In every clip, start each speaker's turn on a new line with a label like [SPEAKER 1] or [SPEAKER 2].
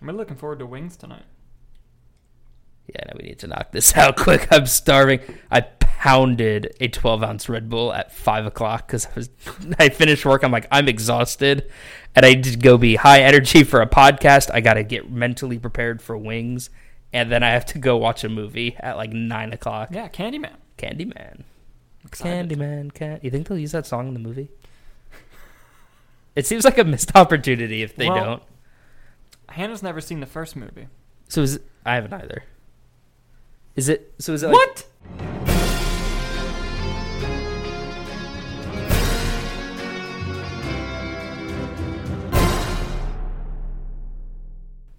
[SPEAKER 1] I'm really looking forward to wings tonight.
[SPEAKER 2] Yeah, no, we need to knock this out quick. I'm starving. I pounded a 12 ounce Red Bull at five o'clock because I was I finished work. I'm like I'm exhausted, and I did go be high energy for a podcast. I got to get mentally prepared for wings, and then I have to go watch a movie at like nine o'clock.
[SPEAKER 1] Yeah, Candyman.
[SPEAKER 2] Candyman,
[SPEAKER 1] Excited.
[SPEAKER 2] Candyman, can You think they'll use that song in the movie? It seems like a missed opportunity if they
[SPEAKER 1] Well-
[SPEAKER 2] don't.
[SPEAKER 1] Hannah's never seen the first movie.
[SPEAKER 2] So is it, I haven't either. Is it? So is it? like-
[SPEAKER 1] What?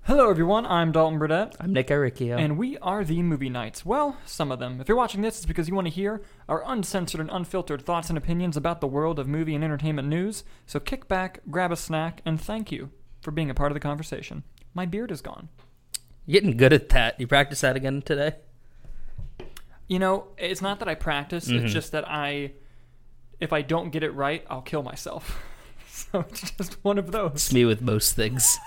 [SPEAKER 1] Hello, everyone. I'm Dalton Burdett,
[SPEAKER 2] I'm Nick Aricchio.
[SPEAKER 1] and we are the Movie Nights. Well, some of them. If you're watching this, it's because you want to hear our uncensored and unfiltered thoughts and opinions about the world of movie and entertainment news. So kick back, grab a snack, and thank you for being a part of the conversation. My beard is gone.
[SPEAKER 2] Getting good at that. You practice that again today?
[SPEAKER 1] You know, it's not that I practice,
[SPEAKER 2] Mhm.
[SPEAKER 1] it's just that I if I don't get it right, I'll kill myself. so it's just one of those.
[SPEAKER 2] It's me with most things.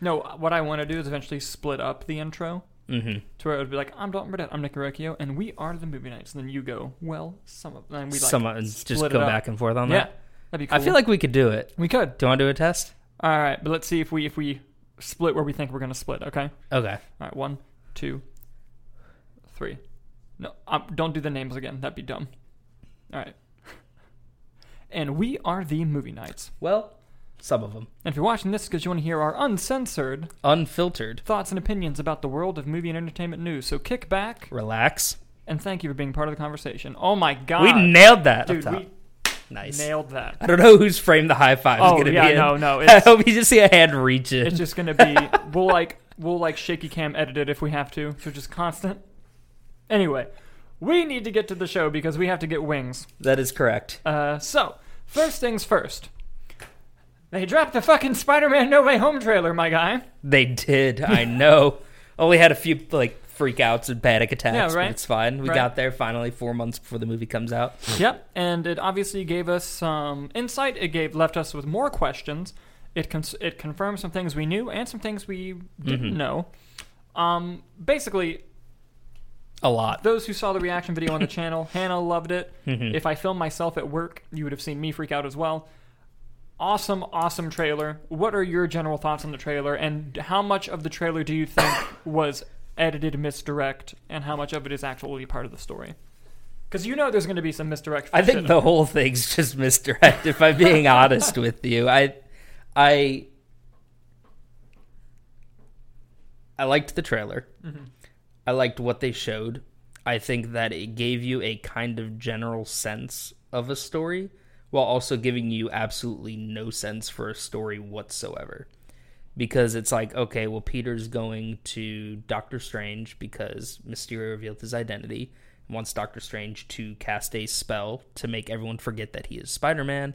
[SPEAKER 1] No, what I want to do is eventually split up the intro
[SPEAKER 2] Mm-hmm.
[SPEAKER 1] to where it would be like, I'm Dalton Burdett, I'm Nick Orecchio, and we are the movie nights. And then you go, well, some of them. We like,
[SPEAKER 2] Someone's just
[SPEAKER 1] split
[SPEAKER 2] go
[SPEAKER 1] it up.
[SPEAKER 2] back and forth on
[SPEAKER 1] yeah,
[SPEAKER 2] that.
[SPEAKER 1] that'd be cool.
[SPEAKER 2] I feel like we could do it.
[SPEAKER 1] we could.
[SPEAKER 2] Do you want to do a test?
[SPEAKER 1] All right, but let's see if we if we split where we think we're gonna split. Okay.
[SPEAKER 2] Okay.
[SPEAKER 1] All right, one, two, three. No, um, don't do the names again. That'd be dumb. All right. And we are the movie nights.
[SPEAKER 2] Well, some of them.
[SPEAKER 1] And if you're watching this because you want to hear our uncensored
[SPEAKER 2] Unfiltered.
[SPEAKER 1] thoughts and opinions about the world of movie and entertainment news, so kick back
[SPEAKER 2] Relax.
[SPEAKER 1] and thank you for being part of the conversation. Oh my god,
[SPEAKER 2] we nailed that.
[SPEAKER 1] dude,
[SPEAKER 2] up top.
[SPEAKER 1] we
[SPEAKER 2] nice.
[SPEAKER 1] nailed that.
[SPEAKER 2] I don't know who's framed the high five.
[SPEAKER 1] Oh
[SPEAKER 2] gonna
[SPEAKER 1] yeah,
[SPEAKER 2] be in.
[SPEAKER 1] no, no,
[SPEAKER 2] I
[SPEAKER 1] it's,
[SPEAKER 2] hope you just see a hand reach in.
[SPEAKER 1] it's just gonna be we'll like we'll like shaky cam edit it if we have to, so just constant. Anyway, we need to get to the show because we have to get wings.
[SPEAKER 2] that is correct.
[SPEAKER 1] Uh, so, first things first. They dropped the fucking Spider-Man No Way Home trailer, my guy.
[SPEAKER 2] They did. I know. Only had a few like freakouts and panic attacks.
[SPEAKER 1] Yeah, right.
[SPEAKER 2] But it's fine. We
[SPEAKER 1] Right.
[SPEAKER 2] got there finally four months before the movie comes out.
[SPEAKER 1] yep, and it obviously gave us some insight. It gave left us with more questions. It cons- it confirmed some things we knew and some things we didn't
[SPEAKER 2] Mhm.
[SPEAKER 1] know. Um, basically,
[SPEAKER 2] A lot.
[SPEAKER 1] those who saw the reaction video on the channel, Hannah loved it.
[SPEAKER 2] Mhm.
[SPEAKER 1] If I filmed myself at work, you would have seen me freak out as well. Awesome, awesome trailer. What are your general thoughts on the trailer, and how much of the trailer do you think was edited misdirect, and how much of it is actually part of the story? Because you know there's going to be some misdirect.
[SPEAKER 2] I
[SPEAKER 1] shit.
[SPEAKER 2] think the whole thing's just misdirect. If I'm being honest with you, I, I, I liked the trailer. I liked what they showed. I think that it gave you a kind of general sense of a story while also giving you absolutely no sense for a story whatsoever. Because it's like, okay, well, Peter's going to Doctor Strange because Mysterio revealed his identity and wants Doctor Strange to cast a spell to make everyone forget that he is Spider Man.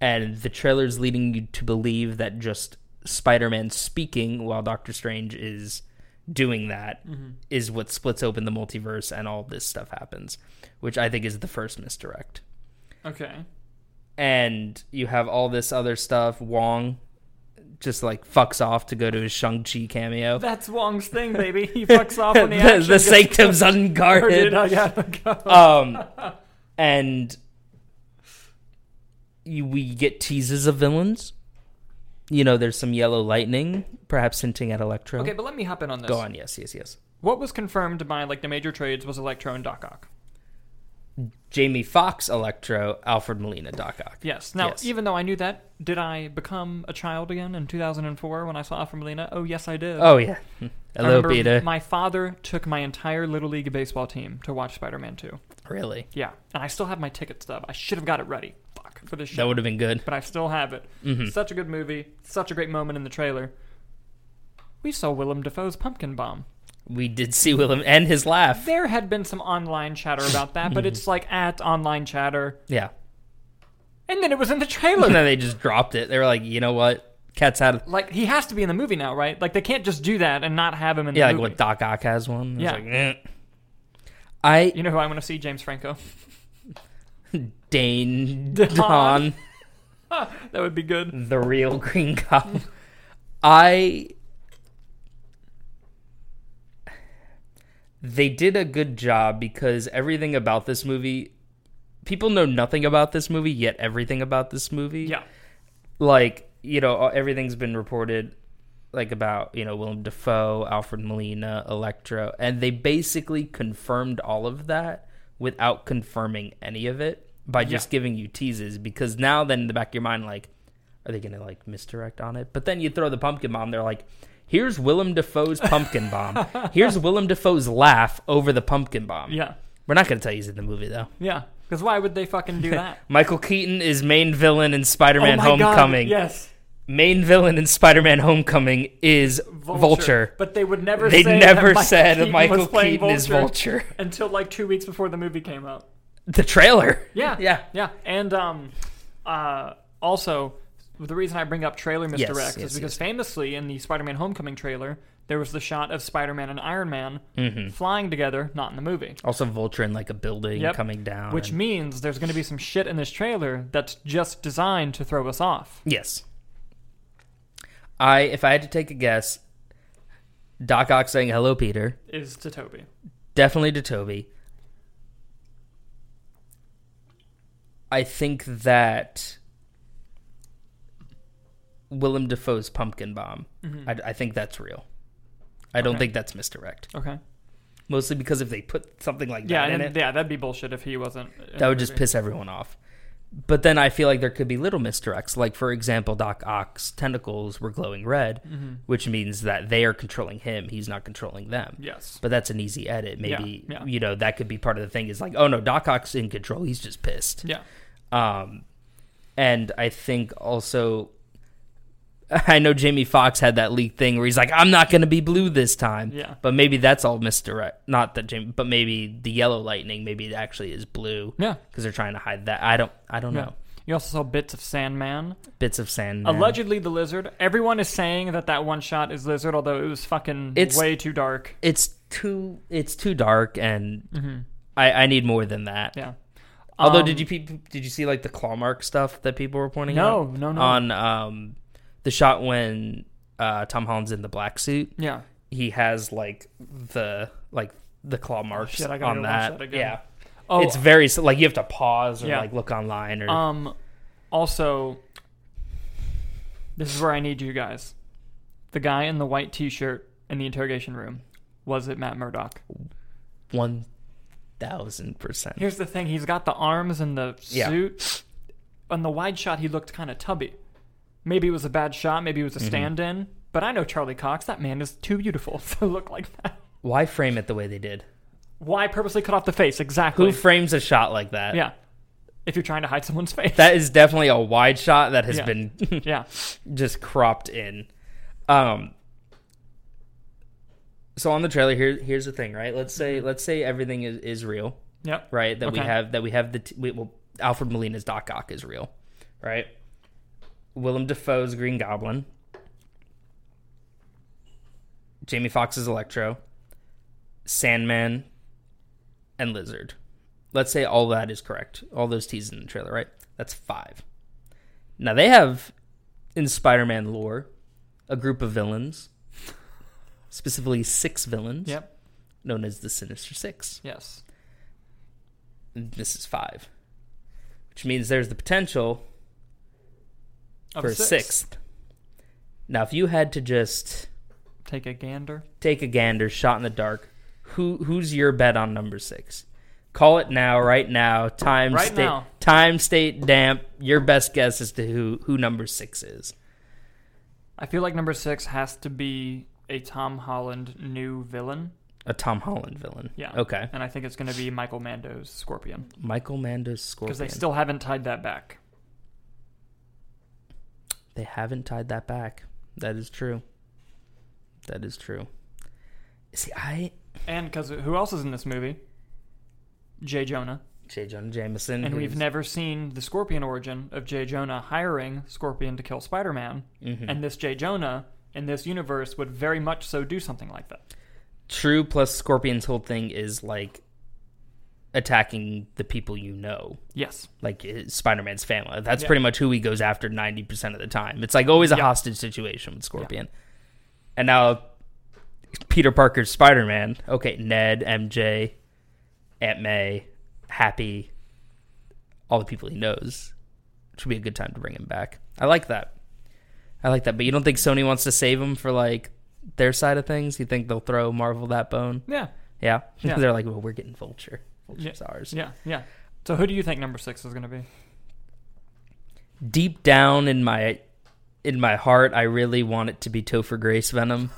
[SPEAKER 2] And the trailer's leading you to believe that just Spider Man speaking while Doctor Strange is doing that is what splits open the multiverse and all this stuff happens, which I think is the first misdirect.
[SPEAKER 1] Okay.
[SPEAKER 2] And you have all this other stuff. Wong just like fucks off to go to his Shang-Chi cameo.
[SPEAKER 1] That's Wong's thing, baby. He fucks off when the
[SPEAKER 2] the,
[SPEAKER 1] action
[SPEAKER 2] the
[SPEAKER 1] gets
[SPEAKER 2] sanctum's
[SPEAKER 1] started.
[SPEAKER 2] unguarded.
[SPEAKER 1] I gotta go.
[SPEAKER 2] Um, and you, we get teases of villains. You know, there's some yellow lightning, perhaps hinting at Electro.
[SPEAKER 1] Okay, but let me hop in on this.
[SPEAKER 2] Go on. Yes, yes, yes.
[SPEAKER 1] What was confirmed by like the major trades was Electro and Doc Ock.
[SPEAKER 2] Jamie Fox, Electro, Alfred Molina, Doc Ock.
[SPEAKER 1] Yes. Now,
[SPEAKER 2] Yes.
[SPEAKER 1] even though I knew that, did I become a child again in 2004 when I saw Alfred Molina? Oh, yes, I did.
[SPEAKER 2] Oh yeah.
[SPEAKER 1] I
[SPEAKER 2] Hello,
[SPEAKER 1] remember
[SPEAKER 2] Peter.
[SPEAKER 1] My father took my entire Little League baseball team to watch Spider-Man 2.
[SPEAKER 2] Really?
[SPEAKER 1] Yeah, and I still have my ticket stub. I should have got it ready. Fuck for this
[SPEAKER 2] That
[SPEAKER 1] show,
[SPEAKER 2] would have been good.
[SPEAKER 1] but I still have it.
[SPEAKER 2] hmm
[SPEAKER 1] Such a good movie. Such a great moment in the trailer. We saw Willem Dafoe's pumpkin bomb.
[SPEAKER 2] We did see Willem and his laugh.
[SPEAKER 1] There had been some online chatter about that, but it's like at online chatter,
[SPEAKER 2] Yeah.
[SPEAKER 1] and then it was in the
[SPEAKER 2] And
[SPEAKER 1] trailer.
[SPEAKER 2] then they just dropped it. They were like, you know what? Cat's out of
[SPEAKER 1] like he has to be in the movie now, right? Like they can't just do that and not have him in
[SPEAKER 2] yeah.
[SPEAKER 1] the
[SPEAKER 2] Like
[SPEAKER 1] movie.
[SPEAKER 2] what Doc Ock has one. It's
[SPEAKER 1] Yeah.
[SPEAKER 2] like, eh. I
[SPEAKER 1] You know who I want to see? James Franco.
[SPEAKER 2] Dane
[SPEAKER 1] Don.
[SPEAKER 2] Don, Mm.
[SPEAKER 1] that would be good.
[SPEAKER 2] the real Green Goblin. I they did a good job because everything about this movie people know nothing about this movie yet everything about this movie
[SPEAKER 1] Yeah.
[SPEAKER 2] like you know everything's been reported like about you know Willem Dafoe, Alfred Molina, Electra, and they basically confirmed all of that without confirming any of it by just giving you teases because now then in the back of your mind like are they gonna like misdirect on it? But then you throw the pumpkin bomb, they're like here's Willem Dafoe's pumpkin bomb. Here's Willem Dafoe's laugh over the pumpkin bomb.
[SPEAKER 1] Yeah.
[SPEAKER 2] We're not gonna tell you he's in the movie though.
[SPEAKER 1] Yeah. Because why would they fucking do that?
[SPEAKER 2] Michael Keaton is main villain in Spider-Man
[SPEAKER 1] oh my
[SPEAKER 2] Homecoming
[SPEAKER 1] God, yes.
[SPEAKER 2] main villain in Spider-Man: Homecoming is Vulture.
[SPEAKER 1] Vulture. But they would never
[SPEAKER 2] They
[SPEAKER 1] say that
[SPEAKER 2] never
[SPEAKER 1] Michael
[SPEAKER 2] said
[SPEAKER 1] Keaton
[SPEAKER 2] Michael
[SPEAKER 1] was playing
[SPEAKER 2] Keaton is Vulture.
[SPEAKER 1] until like two weeks before the movie came out.
[SPEAKER 2] The trailer.
[SPEAKER 1] Yeah.
[SPEAKER 2] Yeah.
[SPEAKER 1] Yeah. And um, uh, also, the reason I bring up trailer misdirects
[SPEAKER 2] Yes, yes,
[SPEAKER 1] is because famously in the Spider Man Homecoming trailer, there was the shot of Spider Man and Iron Man
[SPEAKER 2] Mm-hmm.
[SPEAKER 1] flying together, not in the movie.
[SPEAKER 2] Also, Vulture in like a building
[SPEAKER 1] Yep.
[SPEAKER 2] coming down.
[SPEAKER 1] Which
[SPEAKER 2] and-
[SPEAKER 1] means there's going to be some shit in this trailer that's just designed to throw us off.
[SPEAKER 2] yes, I if I had to take a guess, Doc Ock saying "Hello, Peter"
[SPEAKER 1] Is to Toby.
[SPEAKER 2] definitely to Toby. I think that Willem Dafoe's pumpkin bomb. I, I think that's real. I don't
[SPEAKER 1] Mm-hmm. Okay.
[SPEAKER 2] think that's misdirect.
[SPEAKER 1] Okay.
[SPEAKER 2] mostly because if they put something like
[SPEAKER 1] Yeah,
[SPEAKER 2] that in it,
[SPEAKER 1] and, yeah, that'd be bullshit if he wasn't. in the
[SPEAKER 2] that would just
[SPEAKER 1] movie.
[SPEAKER 2] piss everyone off. But then I feel like there could be little misdirects. Like, for example, Doc Ock's tentacles were glowing red,
[SPEAKER 1] Mm-hmm.
[SPEAKER 2] which means that they are controlling him. He's not controlling them.
[SPEAKER 1] Yes.
[SPEAKER 2] But that's an easy edit. Maybe,
[SPEAKER 1] Yeah, yeah.
[SPEAKER 2] you know, that could be part of the thing is like, oh no, Doc Ock's in control. He's just pissed.
[SPEAKER 1] Yeah.
[SPEAKER 2] Um, and I think also, I know Jamie Foxx had that leaked thing where he's like, "I'm not going to be blue this time."
[SPEAKER 1] Yeah.
[SPEAKER 2] But maybe that's all misdirect. Not that Jamie, but maybe the yellow lightning, maybe it actually is blue.
[SPEAKER 1] Yeah.
[SPEAKER 2] Because they're trying to hide that. I don't. I don't
[SPEAKER 1] Yeah.
[SPEAKER 2] know.
[SPEAKER 1] You also saw bits of Sandman.
[SPEAKER 2] Bits of sand.
[SPEAKER 1] Allegedly, the lizard. Everyone is saying that that one shot is lizard, although it was fucking
[SPEAKER 2] It's-
[SPEAKER 1] way too dark.
[SPEAKER 2] It's too. It's too dark, and
[SPEAKER 1] Mm-hmm.
[SPEAKER 2] I, I need more than that.
[SPEAKER 1] Yeah.
[SPEAKER 2] Although,
[SPEAKER 1] Um,
[SPEAKER 2] did you pe- did you see like the claw mark stuff that people were pointing
[SPEAKER 1] No,
[SPEAKER 2] out?
[SPEAKER 1] no, no.
[SPEAKER 2] On um, the shot when uh, Tom Holland's in the black suit.
[SPEAKER 1] Yeah.
[SPEAKER 2] he has like the like the claw marks
[SPEAKER 1] Oh, shit, I gotta
[SPEAKER 2] on
[SPEAKER 1] go watch
[SPEAKER 2] that.
[SPEAKER 1] that again.
[SPEAKER 2] Yeah,
[SPEAKER 1] Oh,
[SPEAKER 2] it's very s- like you have to pause or
[SPEAKER 1] Yeah.
[SPEAKER 2] like look online or
[SPEAKER 1] um. Also, this is where I need you guys. The guy in the white T-shirt in the interrogation room was it Matt Murdock?
[SPEAKER 2] one thousand percent.
[SPEAKER 1] Here's the thing: he's got the arms and the
[SPEAKER 2] Yeah.
[SPEAKER 1] suit. On the wide shot, he looked kind of tubby. Maybe it was a bad shot. Maybe it was a
[SPEAKER 2] Mm-hmm.
[SPEAKER 1] stand-in. But I know Charlie Cox. That man is too beautiful to look like that.
[SPEAKER 2] Why frame it the way they did?
[SPEAKER 1] Why purposely cut off the face? Exactly.
[SPEAKER 2] Who frames a shot like that?
[SPEAKER 1] yeah. If you're trying to hide someone's face.
[SPEAKER 2] that is definitely a wide shot that has
[SPEAKER 1] Yeah.
[SPEAKER 2] been
[SPEAKER 1] yeah.
[SPEAKER 2] just cropped in. Um. So on the trailer here, here's the thing, right? Let's say let's say everything is, is real.
[SPEAKER 1] Yep.
[SPEAKER 2] right? That we
[SPEAKER 1] Okay.
[SPEAKER 2] have that we have the t- we, well, Alfred Molina's Doc Ock is real, right? Willem Dafoe's Green Goblin, Jamie Foxx's Electro, Sandman, and Lizard. Let's say all that is correct. All those teases in the trailer, right? That's five. Now they have in Spider-Man lore a group of villains, specifically six villains,
[SPEAKER 1] Yep.
[SPEAKER 2] known as the Sinister Six
[SPEAKER 1] Yes.
[SPEAKER 2] this is five, which means there's the potential
[SPEAKER 1] Of
[SPEAKER 2] for a
[SPEAKER 1] six.
[SPEAKER 2] sixth. Now, if you had to just
[SPEAKER 1] Take a gander.
[SPEAKER 2] take a gander, shot in the dark, who who's your bet on number six? Call it now, right now. Time,
[SPEAKER 1] Right
[SPEAKER 2] state,
[SPEAKER 1] now.
[SPEAKER 2] time, state, damp. Your best guess as to who who number six is.
[SPEAKER 1] I feel like number six has to be a Tom Holland new villain.
[SPEAKER 2] A Tom Holland villain.
[SPEAKER 1] Yeah.
[SPEAKER 2] Okay.
[SPEAKER 1] And I think it's going to be Michael Mando's Scorpion
[SPEAKER 2] Michael Mando's Scorpion.
[SPEAKER 1] because they still haven't tied that back.
[SPEAKER 2] They haven't tied that back. That is true. That is true. See, I
[SPEAKER 1] And because who else is in this movie? Jay Jonah.
[SPEAKER 2] J. Jonah Jameson.
[SPEAKER 1] And we've
[SPEAKER 2] who's-
[SPEAKER 1] never seen the Scorpion origin of Jay Jonah hiring Scorpion to kill Spider Man. And this Jay Jonah in this universe would very much so do something like that.
[SPEAKER 2] True plus Scorpion's whole thing is like attacking the people you know,
[SPEAKER 1] Yes.
[SPEAKER 2] like Spider Man's family. That's
[SPEAKER 1] Yeah.
[SPEAKER 2] pretty much who he goes after 90% of the time. It's like always a hostage situation with Scorpion. And now Peter Parker's Spider Man. Okay, Ned, MJ, Aunt May, Happy, all the people he knows. It should be a good time to bring him back. I like that. I like that. But you don't think Sony wants to save him for like their side of things? You think they'll throw Marvel that bone?
[SPEAKER 1] Yeah.
[SPEAKER 2] Yeah.
[SPEAKER 1] Yeah.
[SPEAKER 2] They're like, well, we're getting Vulture. Vulture's
[SPEAKER 1] Yeah.
[SPEAKER 2] ours.
[SPEAKER 1] Yeah. Yeah. So who do you think number six is going to be?
[SPEAKER 2] Deep down in my in my heart, I really want it to be Topher Grace Venom.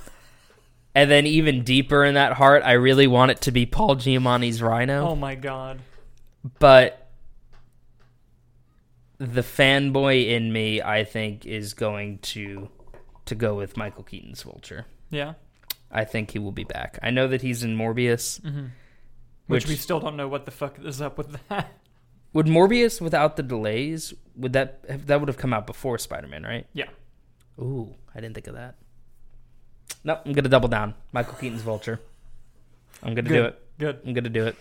[SPEAKER 2] And then even deeper in that heart, I really want it to be Paul Giamatti's Rhino.
[SPEAKER 1] Oh my God.
[SPEAKER 2] But the fanboy in me, I think, is going to to go with Michael Keaton's Vulture.
[SPEAKER 1] Yeah.
[SPEAKER 2] I think he will be back. I know that he's in Morbius.
[SPEAKER 1] Which,
[SPEAKER 2] Which-
[SPEAKER 1] we still don't know what the fuck is up with that.
[SPEAKER 2] Would Morbius without the delays would that have, that would have come out before Spider Man, right?
[SPEAKER 1] yeah.
[SPEAKER 2] Ooh, I didn't think of that. No, I'm gonna double down. Michael Keaton's Vulture. I'm gonna do
[SPEAKER 1] Good.
[SPEAKER 2] it.
[SPEAKER 1] Good.
[SPEAKER 2] I'm gonna do it.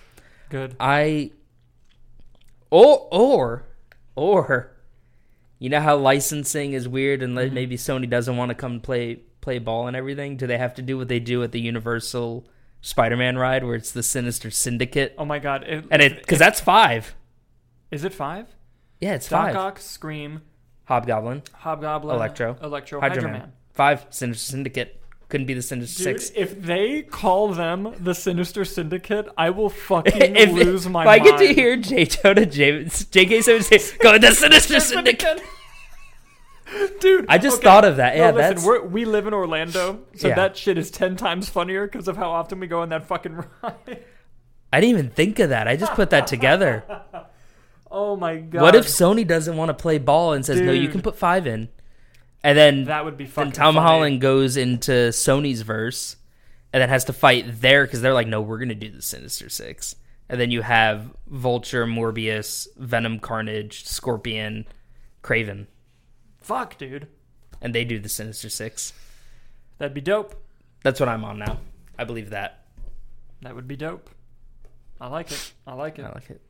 [SPEAKER 1] Good.
[SPEAKER 2] I or or or you know how licensing is weird and
[SPEAKER 1] Mm-hmm.
[SPEAKER 2] like, maybe Sony doesn't want to come play play ball and everything. Do they have to do what they do at the Universal Spider-Man ride where it's the Sinister Syndicate?
[SPEAKER 1] Oh my God. It,
[SPEAKER 2] And it because that's five.
[SPEAKER 1] is it five?
[SPEAKER 2] Yeah, it's
[SPEAKER 1] Doc
[SPEAKER 2] five.
[SPEAKER 1] Ock, Scream,
[SPEAKER 2] Hobgoblin,
[SPEAKER 1] Hobgoblin,
[SPEAKER 2] Electro.
[SPEAKER 1] Electro,
[SPEAKER 2] Hydra
[SPEAKER 1] Hydra
[SPEAKER 2] Man.
[SPEAKER 1] Man.
[SPEAKER 2] five. Sinister Syndicate couldn't be the Sinister
[SPEAKER 1] Dude,
[SPEAKER 2] Six.
[SPEAKER 1] if they call them the Sinister Syndicate, I will fucking
[SPEAKER 2] if,
[SPEAKER 1] lose my
[SPEAKER 2] if I
[SPEAKER 1] mind.
[SPEAKER 2] get to hear J. Jonah James, J.K. Simmons say, go with the Sinister Syndicate.
[SPEAKER 1] Dude,
[SPEAKER 2] I just
[SPEAKER 1] okay.
[SPEAKER 2] thought of that.
[SPEAKER 1] No,
[SPEAKER 2] Yeah,
[SPEAKER 1] listen,
[SPEAKER 2] that's
[SPEAKER 1] we're, we live in Orlando, so
[SPEAKER 2] Yeah.
[SPEAKER 1] that shit is ten times funnier because of how often we go on that fucking ride.
[SPEAKER 2] I didn't even think of that. I just put that together.
[SPEAKER 1] Oh my god!
[SPEAKER 2] what if Sony doesn't want to play ball and says, no, you
[SPEAKER 1] Dude.
[SPEAKER 2] can put five in? And then,
[SPEAKER 1] that would be fucking?
[SPEAKER 2] then Tom
[SPEAKER 1] funny.
[SPEAKER 2] Holland goes into Sony's verse and then has to fight there because they're like, no, we're going to do the Sinister Six. And then you have Vulture, Morbius, Venom, Carnage, Scorpion, Craven.
[SPEAKER 1] Fuck, dude,
[SPEAKER 2] And they do the Sinister Six.
[SPEAKER 1] that'd be dope.
[SPEAKER 2] That's what I'm on now. I believe that.
[SPEAKER 1] That would be dope. I like it. I like it.
[SPEAKER 2] I like it.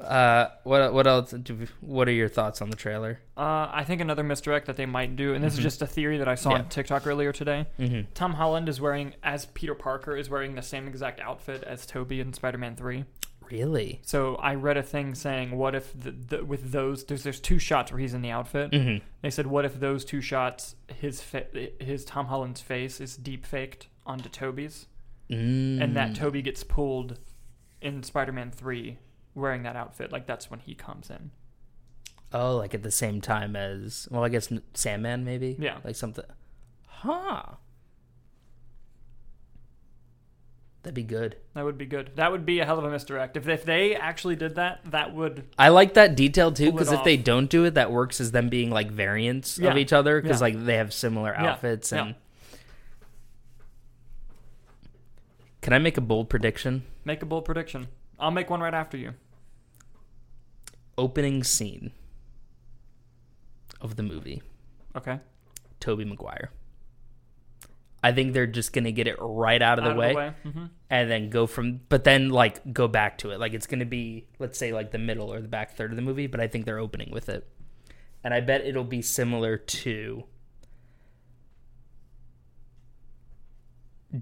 [SPEAKER 2] Uh, what what else? Do we- what are your thoughts on the trailer?
[SPEAKER 1] Uh, I think another misdirect that they might do, and this is just a theory that I saw on
[SPEAKER 2] Mm-hmm. Yeah.
[SPEAKER 1] TikTok earlier today.
[SPEAKER 2] Mm-hmm.
[SPEAKER 1] Tom Holland is wearing, as Peter Parker, is wearing the same exact outfit as Toby in Spider Man 3.
[SPEAKER 2] Really?
[SPEAKER 1] So I read a thing saying, what if the, the, with those, there's, there's two shots where he's in the outfit.
[SPEAKER 2] Mm-hmm.
[SPEAKER 1] They said, what if those two shots, his fa- his Tom Holland's face is deep faked onto Toby's,
[SPEAKER 2] Mm.
[SPEAKER 1] and that Toby gets pulled in Spider Man 3 wearing that outfit. Like that's when he comes in.
[SPEAKER 2] oh, like at the same time as well, I guess n- Sandman maybe.
[SPEAKER 1] Yeah.
[SPEAKER 2] like something. Huh. That'd be good.
[SPEAKER 1] That would be good. That would be a hell of a misdirect. If, if they actually did that, that would.
[SPEAKER 2] I like that detail too
[SPEAKER 1] Pull it
[SPEAKER 2] because if they
[SPEAKER 1] off.
[SPEAKER 2] don't do it, that works as them being like variants
[SPEAKER 1] Yeah.
[SPEAKER 2] of each other because
[SPEAKER 1] Yeah.
[SPEAKER 2] like they have similar
[SPEAKER 1] Yeah.
[SPEAKER 2] outfits
[SPEAKER 1] Yeah.
[SPEAKER 2] and. Can I make a bold prediction?
[SPEAKER 1] Make a bold prediction. I'll make one right after you.
[SPEAKER 2] opening scene of the movie,
[SPEAKER 1] Okay.
[SPEAKER 2] Toby Maguire. I think they're just gonna get it right out of the, way,
[SPEAKER 1] Mhm.
[SPEAKER 2] and then go from but then like go back to it. Like it's gonna be, let's say like the middle or the back third of the movie, but I think they're opening with it. And I bet it'll be similar to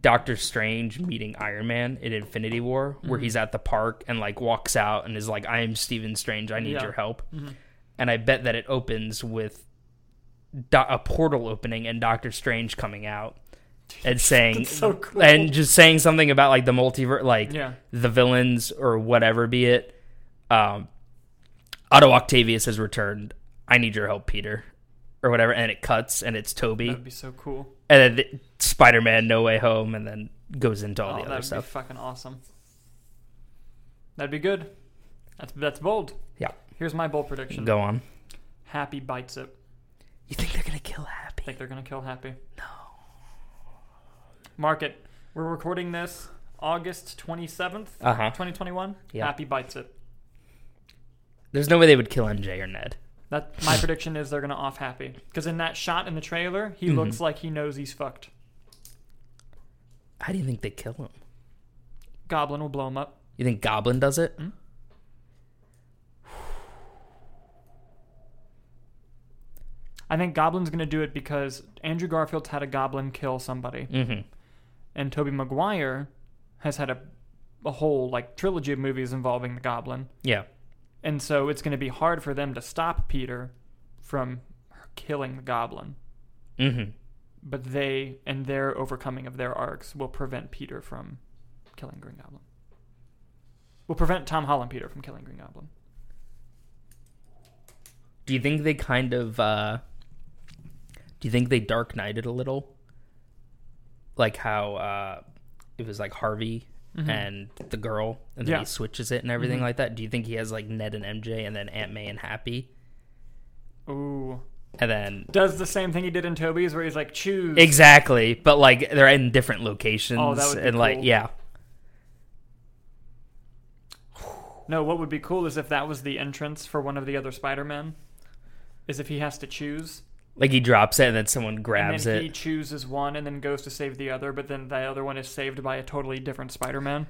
[SPEAKER 2] Doctor Strange meeting Iron Man in Infinity War, where
[SPEAKER 1] Mm-hmm.
[SPEAKER 2] he's at the park and like walks out and is like, I am Stephen Strange, I need
[SPEAKER 1] Yeah. Mm-hmm.
[SPEAKER 2] your help. And I bet that it opens with do- a portal opening and Doctor Strange coming out and saying,
[SPEAKER 1] That's so cool.
[SPEAKER 2] and just saying something about like the multiverse, like
[SPEAKER 1] Yeah.
[SPEAKER 2] the villains or whatever be it. Um, Otto Octavius has returned. I need your help, Peter, or whatever. And it cuts and it's Toby
[SPEAKER 1] That'd be so cool.
[SPEAKER 2] and then Spider Man No Way Home, and then goes into all
[SPEAKER 1] Oh,
[SPEAKER 2] the other
[SPEAKER 1] that'd
[SPEAKER 2] stuff.
[SPEAKER 1] be fucking awesome. That'd be good. That's that's bold.
[SPEAKER 2] Yeah.
[SPEAKER 1] Here's my bold prediction.
[SPEAKER 2] Go on.
[SPEAKER 1] Happy bites it.
[SPEAKER 2] You think they're gonna kill Happy?
[SPEAKER 1] Think they're gonna kill Happy? No. Mark it. We're recording this August twenty seventh,
[SPEAKER 2] Uh huh.
[SPEAKER 1] twenty twenty one.
[SPEAKER 2] Yeah.
[SPEAKER 1] Happy bites it.
[SPEAKER 2] There's no way they would kill MJ or Ned.
[SPEAKER 1] That my prediction is they're gonna off Happy because in that shot in the trailer, he looks like he knows he's fucked.
[SPEAKER 2] How do you think they kill him?
[SPEAKER 1] Goblin will blow him up.
[SPEAKER 2] You think Goblin does it?
[SPEAKER 1] I think Goblin's gonna do it because Andrew Garfield's had a Goblin kill somebody.
[SPEAKER 2] Mm-hmm.
[SPEAKER 1] and Toby Maguire has had a a whole like trilogy of movies involving the Goblin,
[SPEAKER 2] Yeah.
[SPEAKER 1] and so it's going to be hard for them to stop Peter from killing the Goblin.
[SPEAKER 2] Mm-hmm.
[SPEAKER 1] But they and their overcoming of their arcs will prevent Peter from killing Green Goblin. Will prevent Tom Holland Peter from killing Green Goblin.
[SPEAKER 2] Do you think they kind of uh do you think they dark knighted a little? Like how uh it was like Harvey and the girl and then
[SPEAKER 1] Mm-hmm. Yeah. Mm-hmm.
[SPEAKER 2] he switches it and everything like that. Do you think he has like Ned and MJ and then Aunt May and Happy?
[SPEAKER 1] Ooh.
[SPEAKER 2] And then
[SPEAKER 1] Does the same thing he did in Toby's where he's like choose
[SPEAKER 2] Exactly, but like they're in different locations
[SPEAKER 1] Oh, that would be
[SPEAKER 2] and like
[SPEAKER 1] cool.
[SPEAKER 2] yeah.
[SPEAKER 1] No, what would be cool is if that was the entrance for one of the other Spider-Men. Is if he has to choose,
[SPEAKER 2] Like he drops it and then someone
[SPEAKER 1] and
[SPEAKER 2] grabs
[SPEAKER 1] then
[SPEAKER 2] it.
[SPEAKER 1] he chooses one, and then goes to save the other, but then the other one is saved by a totally different Spider-Man.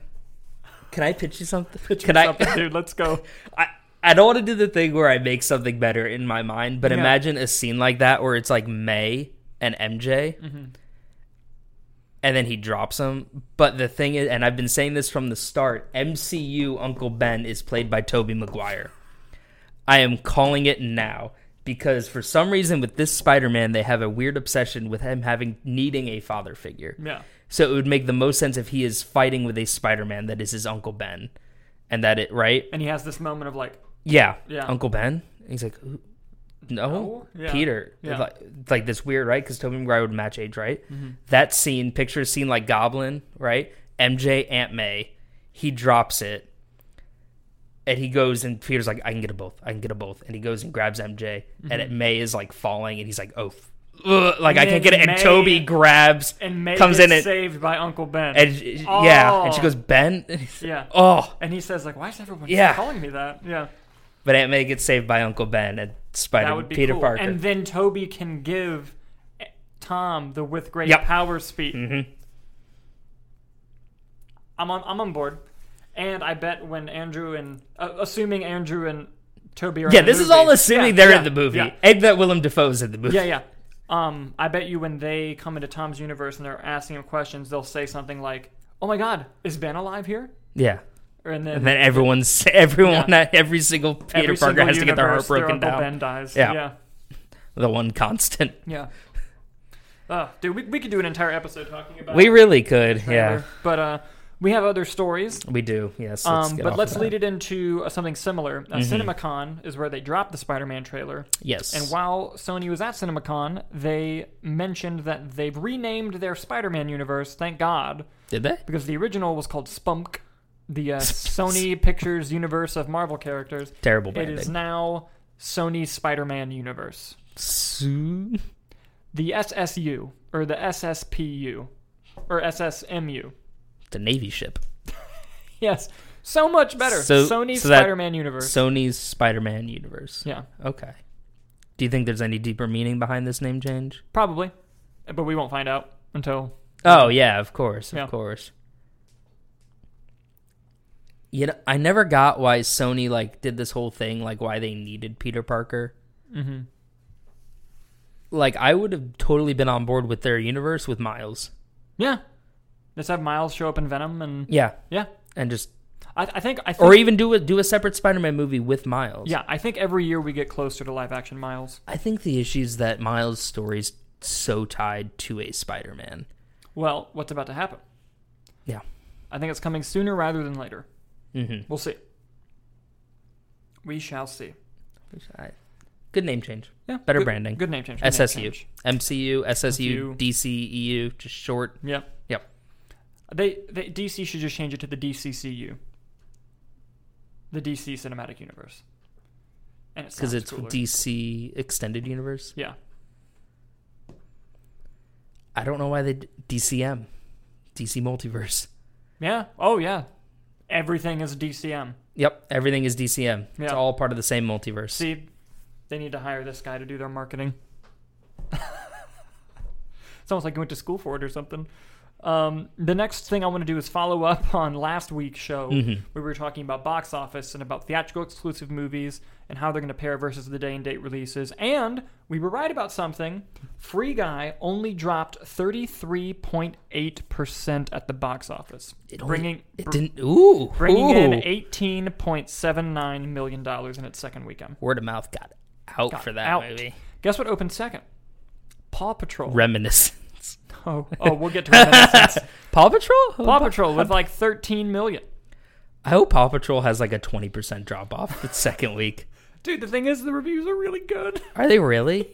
[SPEAKER 2] Can I pitch you something?
[SPEAKER 1] Pitch
[SPEAKER 2] Can
[SPEAKER 1] me
[SPEAKER 2] I-
[SPEAKER 1] something, dude? Let's go.
[SPEAKER 2] I I don't want to do the thing where I make something better in my mind, but
[SPEAKER 1] Yeah.
[SPEAKER 2] imagine a scene like that where it's like May and MJ, and then he drops him. But the thing is, and I've been saying this from the start, MCU Uncle Ben is played by Toby Maguire. I am calling it now because for some reason with this Spider-Man, they have a weird obsession with him having needing a father figure.
[SPEAKER 1] Yeah,
[SPEAKER 2] So it would make the most sense if he is fighting with a Spider-Man that is his Uncle Ben, and that it right.
[SPEAKER 1] and he has this moment of like,
[SPEAKER 2] Yeah.
[SPEAKER 1] Yeah.
[SPEAKER 2] Uncle Ben. He's like, "Who- no,
[SPEAKER 1] No? Yeah.
[SPEAKER 2] Peter.
[SPEAKER 1] Yeah. Mm-hmm.
[SPEAKER 2] Like, like this weird, right? Because Tobey Maguire would match age, right? That scene, picture a scene like Goblin, right? MJ, Aunt May. He drops it, and he goes, and Peter's like, I can get them both. I can get them both. And he goes and grabs MJ, and it, May is like falling, and he's like, oh, f- ugh, like I
[SPEAKER 1] And
[SPEAKER 2] can't get it. And
[SPEAKER 1] Mm-hmm. May-
[SPEAKER 2] Toby grabs,
[SPEAKER 1] and May
[SPEAKER 2] comes
[SPEAKER 1] gets
[SPEAKER 2] in, and,
[SPEAKER 1] saved by Uncle Ben.
[SPEAKER 2] and she- yeah, and she
[SPEAKER 1] Oh.
[SPEAKER 2] goes, Ben.
[SPEAKER 1] yeah,
[SPEAKER 2] oh,
[SPEAKER 1] and he says like, why is everyone
[SPEAKER 2] Yeah.
[SPEAKER 1] calling me that? Yeah,
[SPEAKER 2] But Aunt May gets saved by Uncle Ben and
[SPEAKER 1] that
[SPEAKER 2] Spider
[SPEAKER 1] would be
[SPEAKER 2] Peter
[SPEAKER 1] cool.
[SPEAKER 2] Parker.
[SPEAKER 1] And then Toby can give Tom the with great
[SPEAKER 2] Yep.
[SPEAKER 1] power speech.
[SPEAKER 2] Mhm.
[SPEAKER 1] I'm on. I'm on board. And I bet when Andrew and uh, assuming Andrew and Toby are
[SPEAKER 2] Yeah,
[SPEAKER 1] in the
[SPEAKER 2] this is all
[SPEAKER 1] movie-
[SPEAKER 2] assuming
[SPEAKER 1] Yeah,
[SPEAKER 2] they're
[SPEAKER 1] yeah,
[SPEAKER 2] in the movie,
[SPEAKER 1] Yeah,
[SPEAKER 2] and that Willem Dafoe's in the movie.
[SPEAKER 1] yeah, yeah. Um, I bet you when they come into Tom's universe and they're asking him questions, they'll say something like, "Oh my God, is Ben alive here?"
[SPEAKER 2] Yeah.
[SPEAKER 1] Or- And then,
[SPEAKER 2] And then everyone's everyone, every single Peter
[SPEAKER 1] every
[SPEAKER 2] Parker
[SPEAKER 1] single
[SPEAKER 2] has to get their
[SPEAKER 1] universe,
[SPEAKER 2] heart broken
[SPEAKER 1] Uncle
[SPEAKER 2] down.
[SPEAKER 1] Ben dies.
[SPEAKER 2] Yeah.
[SPEAKER 1] yeah,
[SPEAKER 2] The one constant.
[SPEAKER 1] yeah. Ugh, dude, we, we could do an entire episode talking about.
[SPEAKER 2] We really could. Yeah,
[SPEAKER 1] Tyler. But uh, we have other stories.
[SPEAKER 2] we do. Yes. Let's
[SPEAKER 1] Um,
[SPEAKER 2] get
[SPEAKER 1] but
[SPEAKER 2] off
[SPEAKER 1] let's
[SPEAKER 2] of
[SPEAKER 1] lead
[SPEAKER 2] that. Mm-hmm.
[SPEAKER 1] it into uh, something similar. Uh, CinemaCon is where they dropped the Spider-Man trailer,
[SPEAKER 2] Yes.
[SPEAKER 1] and while Sony was at CinemaCon, they mentioned that they've renamed their Spider-Man universe. Thank God,
[SPEAKER 2] did they?
[SPEAKER 1] because the original was called Spunk, the uh, Sony Pictures universe of Marvel characters.
[SPEAKER 2] Terrible
[SPEAKER 1] It
[SPEAKER 2] branding.
[SPEAKER 1] is now Sony's Spider-Man universe.
[SPEAKER 2] Soon.
[SPEAKER 1] The SSU or the SSPU or SSMU.
[SPEAKER 2] The Navy ship.
[SPEAKER 1] Yes, so much better.
[SPEAKER 2] So-
[SPEAKER 1] Sony's
[SPEAKER 2] so that-
[SPEAKER 1] Spider-Man universe.
[SPEAKER 2] Sony's Spider-Man universe.
[SPEAKER 1] Yeah.
[SPEAKER 2] Okay. Do you think there's any deeper meaning behind this name change?
[SPEAKER 1] Probably, but we won't find out until
[SPEAKER 2] Oh yeah, of course, of
[SPEAKER 1] Yeah.
[SPEAKER 2] course. You know, I never got why Sony like did this whole thing, like why they needed Peter Parker. Mm-hmm. Like I would have totally been on board with their universe with Miles.
[SPEAKER 1] yeah. Let's have Miles show up in Venom, and
[SPEAKER 2] Yeah,
[SPEAKER 1] yeah,
[SPEAKER 2] and just
[SPEAKER 1] I, I think I think
[SPEAKER 2] or even do a do a separate Spider-Man movie with Miles.
[SPEAKER 1] yeah, I think every year we get closer to live action Miles.
[SPEAKER 2] I think the issue is that Miles' story's so tied to a Spider-Man.
[SPEAKER 1] Well, what's about to happen?
[SPEAKER 2] Yeah,
[SPEAKER 1] I think it's coming sooner rather than later.
[SPEAKER 2] Mhm.
[SPEAKER 1] We'll see. We shall see.
[SPEAKER 2] I- good name change.
[SPEAKER 1] Yeah,
[SPEAKER 2] Better
[SPEAKER 1] good-
[SPEAKER 2] branding.
[SPEAKER 1] Good name change. Good name
[SPEAKER 2] SSU,
[SPEAKER 1] change.
[SPEAKER 2] MCU, SSU,
[SPEAKER 1] SSU.
[SPEAKER 2] DCEU, E just short.
[SPEAKER 1] Yep.
[SPEAKER 2] Yep.
[SPEAKER 1] They, they DC should just change it to the DCCU. The DC Cinematic Universe. And it
[SPEAKER 2] because
[SPEAKER 1] sounds
[SPEAKER 2] it's
[SPEAKER 1] cooler.
[SPEAKER 2] DC Extended Universe.
[SPEAKER 1] Yeah.
[SPEAKER 2] I don't know why they d- DCM, DC Multiverse.
[SPEAKER 1] Yeah. Oh yeah. Everything is DCM.
[SPEAKER 2] Yep, everything is DCM. It's
[SPEAKER 1] Yeah.
[SPEAKER 2] all part of the same multiverse.
[SPEAKER 1] See, they need to hire this guy to do their marketing. It's almost like you went to school for it or something. Um, the next thing I want to do is follow up on last week's show.
[SPEAKER 2] Mm-hmm.
[SPEAKER 1] We were talking about box office and about theatrical exclusive movies and how they're going to pair versus the day and date releases. And we were right about something. Free Guy only dropped 33.8% at the box office,
[SPEAKER 2] It only-
[SPEAKER 1] bringing
[SPEAKER 2] it didn't. Ooh,
[SPEAKER 1] bringing
[SPEAKER 2] ooh.
[SPEAKER 1] in eighteen point seven nine million dollars in its second weekend.
[SPEAKER 2] Word of mouth got out
[SPEAKER 1] Got
[SPEAKER 2] for that
[SPEAKER 1] out.
[SPEAKER 2] movie.
[SPEAKER 1] Guess what opened second? Paw Patrol.
[SPEAKER 2] Reminiscence.
[SPEAKER 1] oh, oh, we'll get to it.
[SPEAKER 2] Paw Patrol.
[SPEAKER 1] Paw Patrol with like thirteen million.
[SPEAKER 2] I hope Paw Patrol has like a twenty percent drop off its second week.
[SPEAKER 1] Dude, the thing is, the reviews are really good.
[SPEAKER 2] Are they really?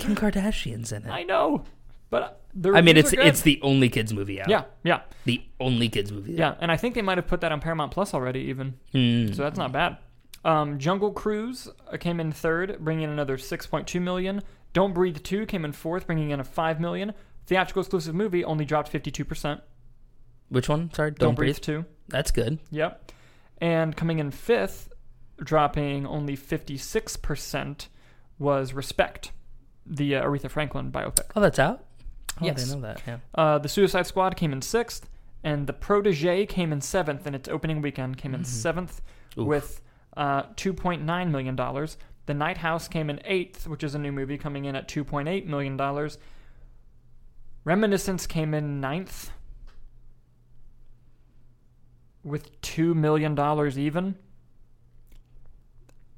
[SPEAKER 2] Kim Kardashian's in it. I,
[SPEAKER 1] I know, but uh, the
[SPEAKER 2] mean,
[SPEAKER 1] reviews
[SPEAKER 2] it's
[SPEAKER 1] are good.
[SPEAKER 2] it's the only kids movie out.
[SPEAKER 1] yeah, yeah,
[SPEAKER 2] the only kids movie. out.
[SPEAKER 1] yeah, and I think they might have put that on Paramount Plus already, even.
[SPEAKER 2] Hmm.
[SPEAKER 1] So that's not bad. Um, Jungle Cruise uh, came in third, bringing in another 6.2 million. Don't Breathe 2 came in fourth, bringing in a 5 million. Theatrical exclusive movie only dropped 52%. Don't,
[SPEAKER 2] Which one? Sorry, don't, breathe.
[SPEAKER 1] Breathe 2.
[SPEAKER 2] That's good.
[SPEAKER 1] Yep. And coming in fifth, dropping only 56%, was Respect, the uh, Aretha Franklin biopic.
[SPEAKER 2] Oh, that's out. Oh,
[SPEAKER 1] Yes.
[SPEAKER 2] they know that. Yeah.
[SPEAKER 1] Uh, the Suicide Squad came in sixth, and The Protege came in seventh, and its opening weekend came in seventh
[SPEAKER 2] Oof.
[SPEAKER 1] with uh, $2.9 million. The Night House came in eighth, which is a new movie coming in at $2.8 million. Reminiscence came in ninth with $2 million even.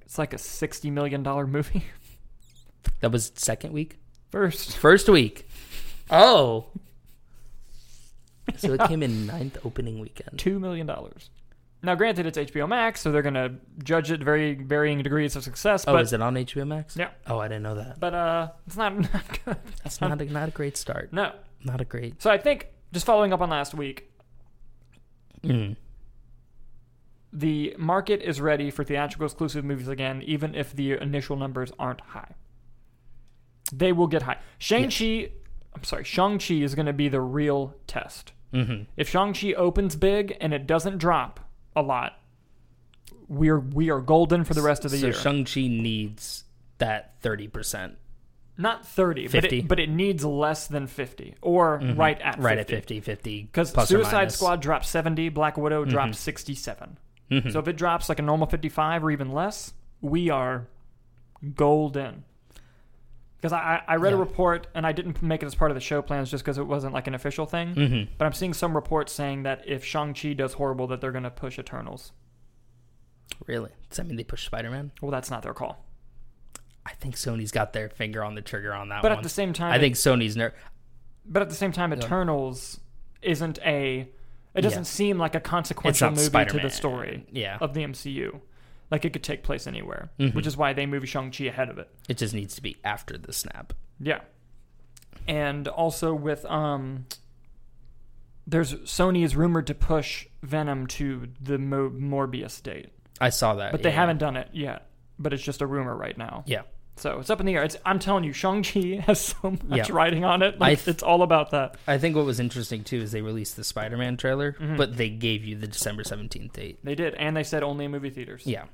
[SPEAKER 1] It's like a $60 million movie.
[SPEAKER 2] That was second week.
[SPEAKER 1] First.
[SPEAKER 2] First week. Oh. So it came in ninth opening weekend.
[SPEAKER 1] two million dollars. Now, granted, it's HBO Max, so they're gonna judge it very varying degrees of success.
[SPEAKER 2] Oh,
[SPEAKER 1] but
[SPEAKER 2] is it on HBO Max?
[SPEAKER 1] Yeah.
[SPEAKER 2] Oh, I didn't know that.
[SPEAKER 1] but uh, it's not, not good.
[SPEAKER 2] That's not a, not a great start.
[SPEAKER 1] No,
[SPEAKER 2] Not a great.
[SPEAKER 1] so I think just following up on last week,
[SPEAKER 2] Mm.
[SPEAKER 1] the market is ready for theatrical exclusive movies again, even if the initial numbers aren't high. They will get high. Shang Chi, I'm sorry, Shang Chi is gonna be the real test.
[SPEAKER 2] hmm
[SPEAKER 1] If Shang Chi opens big and it doesn't drop a lot, we're we are golden for the rest of the
[SPEAKER 2] So
[SPEAKER 1] year.
[SPEAKER 2] Shang Chi needs that thirty percent,
[SPEAKER 1] not 30 but
[SPEAKER 2] 50?
[SPEAKER 1] it, but it needs less than 50 or right at 50.
[SPEAKER 2] Mm-hmm. right at 50, 50
[SPEAKER 1] because
[SPEAKER 2] plus or
[SPEAKER 1] suicide
[SPEAKER 2] minus. Mm-hmm.
[SPEAKER 1] squad dropped 70 black widow dropped 67 so if it drops like a normal 55 or even less we are golden because I, I I read a
[SPEAKER 2] Yeah.
[SPEAKER 1] report and I didn't make it as part of the show plans just because it wasn't like an official thing.
[SPEAKER 2] Mm. Mm-hmm.
[SPEAKER 1] But I'm seeing some reports saying that if Shang Chi does horrible, that they're going to push Eternals.
[SPEAKER 2] Really? Does that mean they push Spider Man?
[SPEAKER 1] Well, that's not their call.
[SPEAKER 2] I think Sony's got their finger on the trigger on that
[SPEAKER 1] But
[SPEAKER 2] one.
[SPEAKER 1] at the same time,
[SPEAKER 2] I think Sony's ner-
[SPEAKER 1] But at the same time, Eternals isn't a. It doesn't
[SPEAKER 2] Yeah.
[SPEAKER 1] seem like a
[SPEAKER 2] it's
[SPEAKER 1] consequential
[SPEAKER 2] not
[SPEAKER 1] movie
[SPEAKER 2] Spider-Man.
[SPEAKER 1] to the story
[SPEAKER 2] Yeah,
[SPEAKER 1] of the MCU. Like it could take place anywhere,
[SPEAKER 2] Mm-hmm.
[SPEAKER 1] which is why they moved Shang Chi ahead of it.
[SPEAKER 2] it just needs to be after the snap.
[SPEAKER 1] Yeah, and also with um, there's Sony is rumored to push Venom to the Mo- Morbius date,
[SPEAKER 2] I saw that,
[SPEAKER 1] but they
[SPEAKER 2] yeah.
[SPEAKER 1] haven't done it yet. But it's just a rumor right now.
[SPEAKER 2] Yeah,
[SPEAKER 1] So it's up in the air. It's, I'm telling you, Shang Chi has so much
[SPEAKER 2] Yeah.
[SPEAKER 1] writing on it. Like,
[SPEAKER 2] th-
[SPEAKER 1] it's all about that.
[SPEAKER 2] I think what was interesting too is they released the Spider Man trailer,
[SPEAKER 1] Mm-hmm.
[SPEAKER 2] but they gave you the December seventeenth date.
[SPEAKER 1] They did, and they said only in movie theaters.
[SPEAKER 2] Yeah,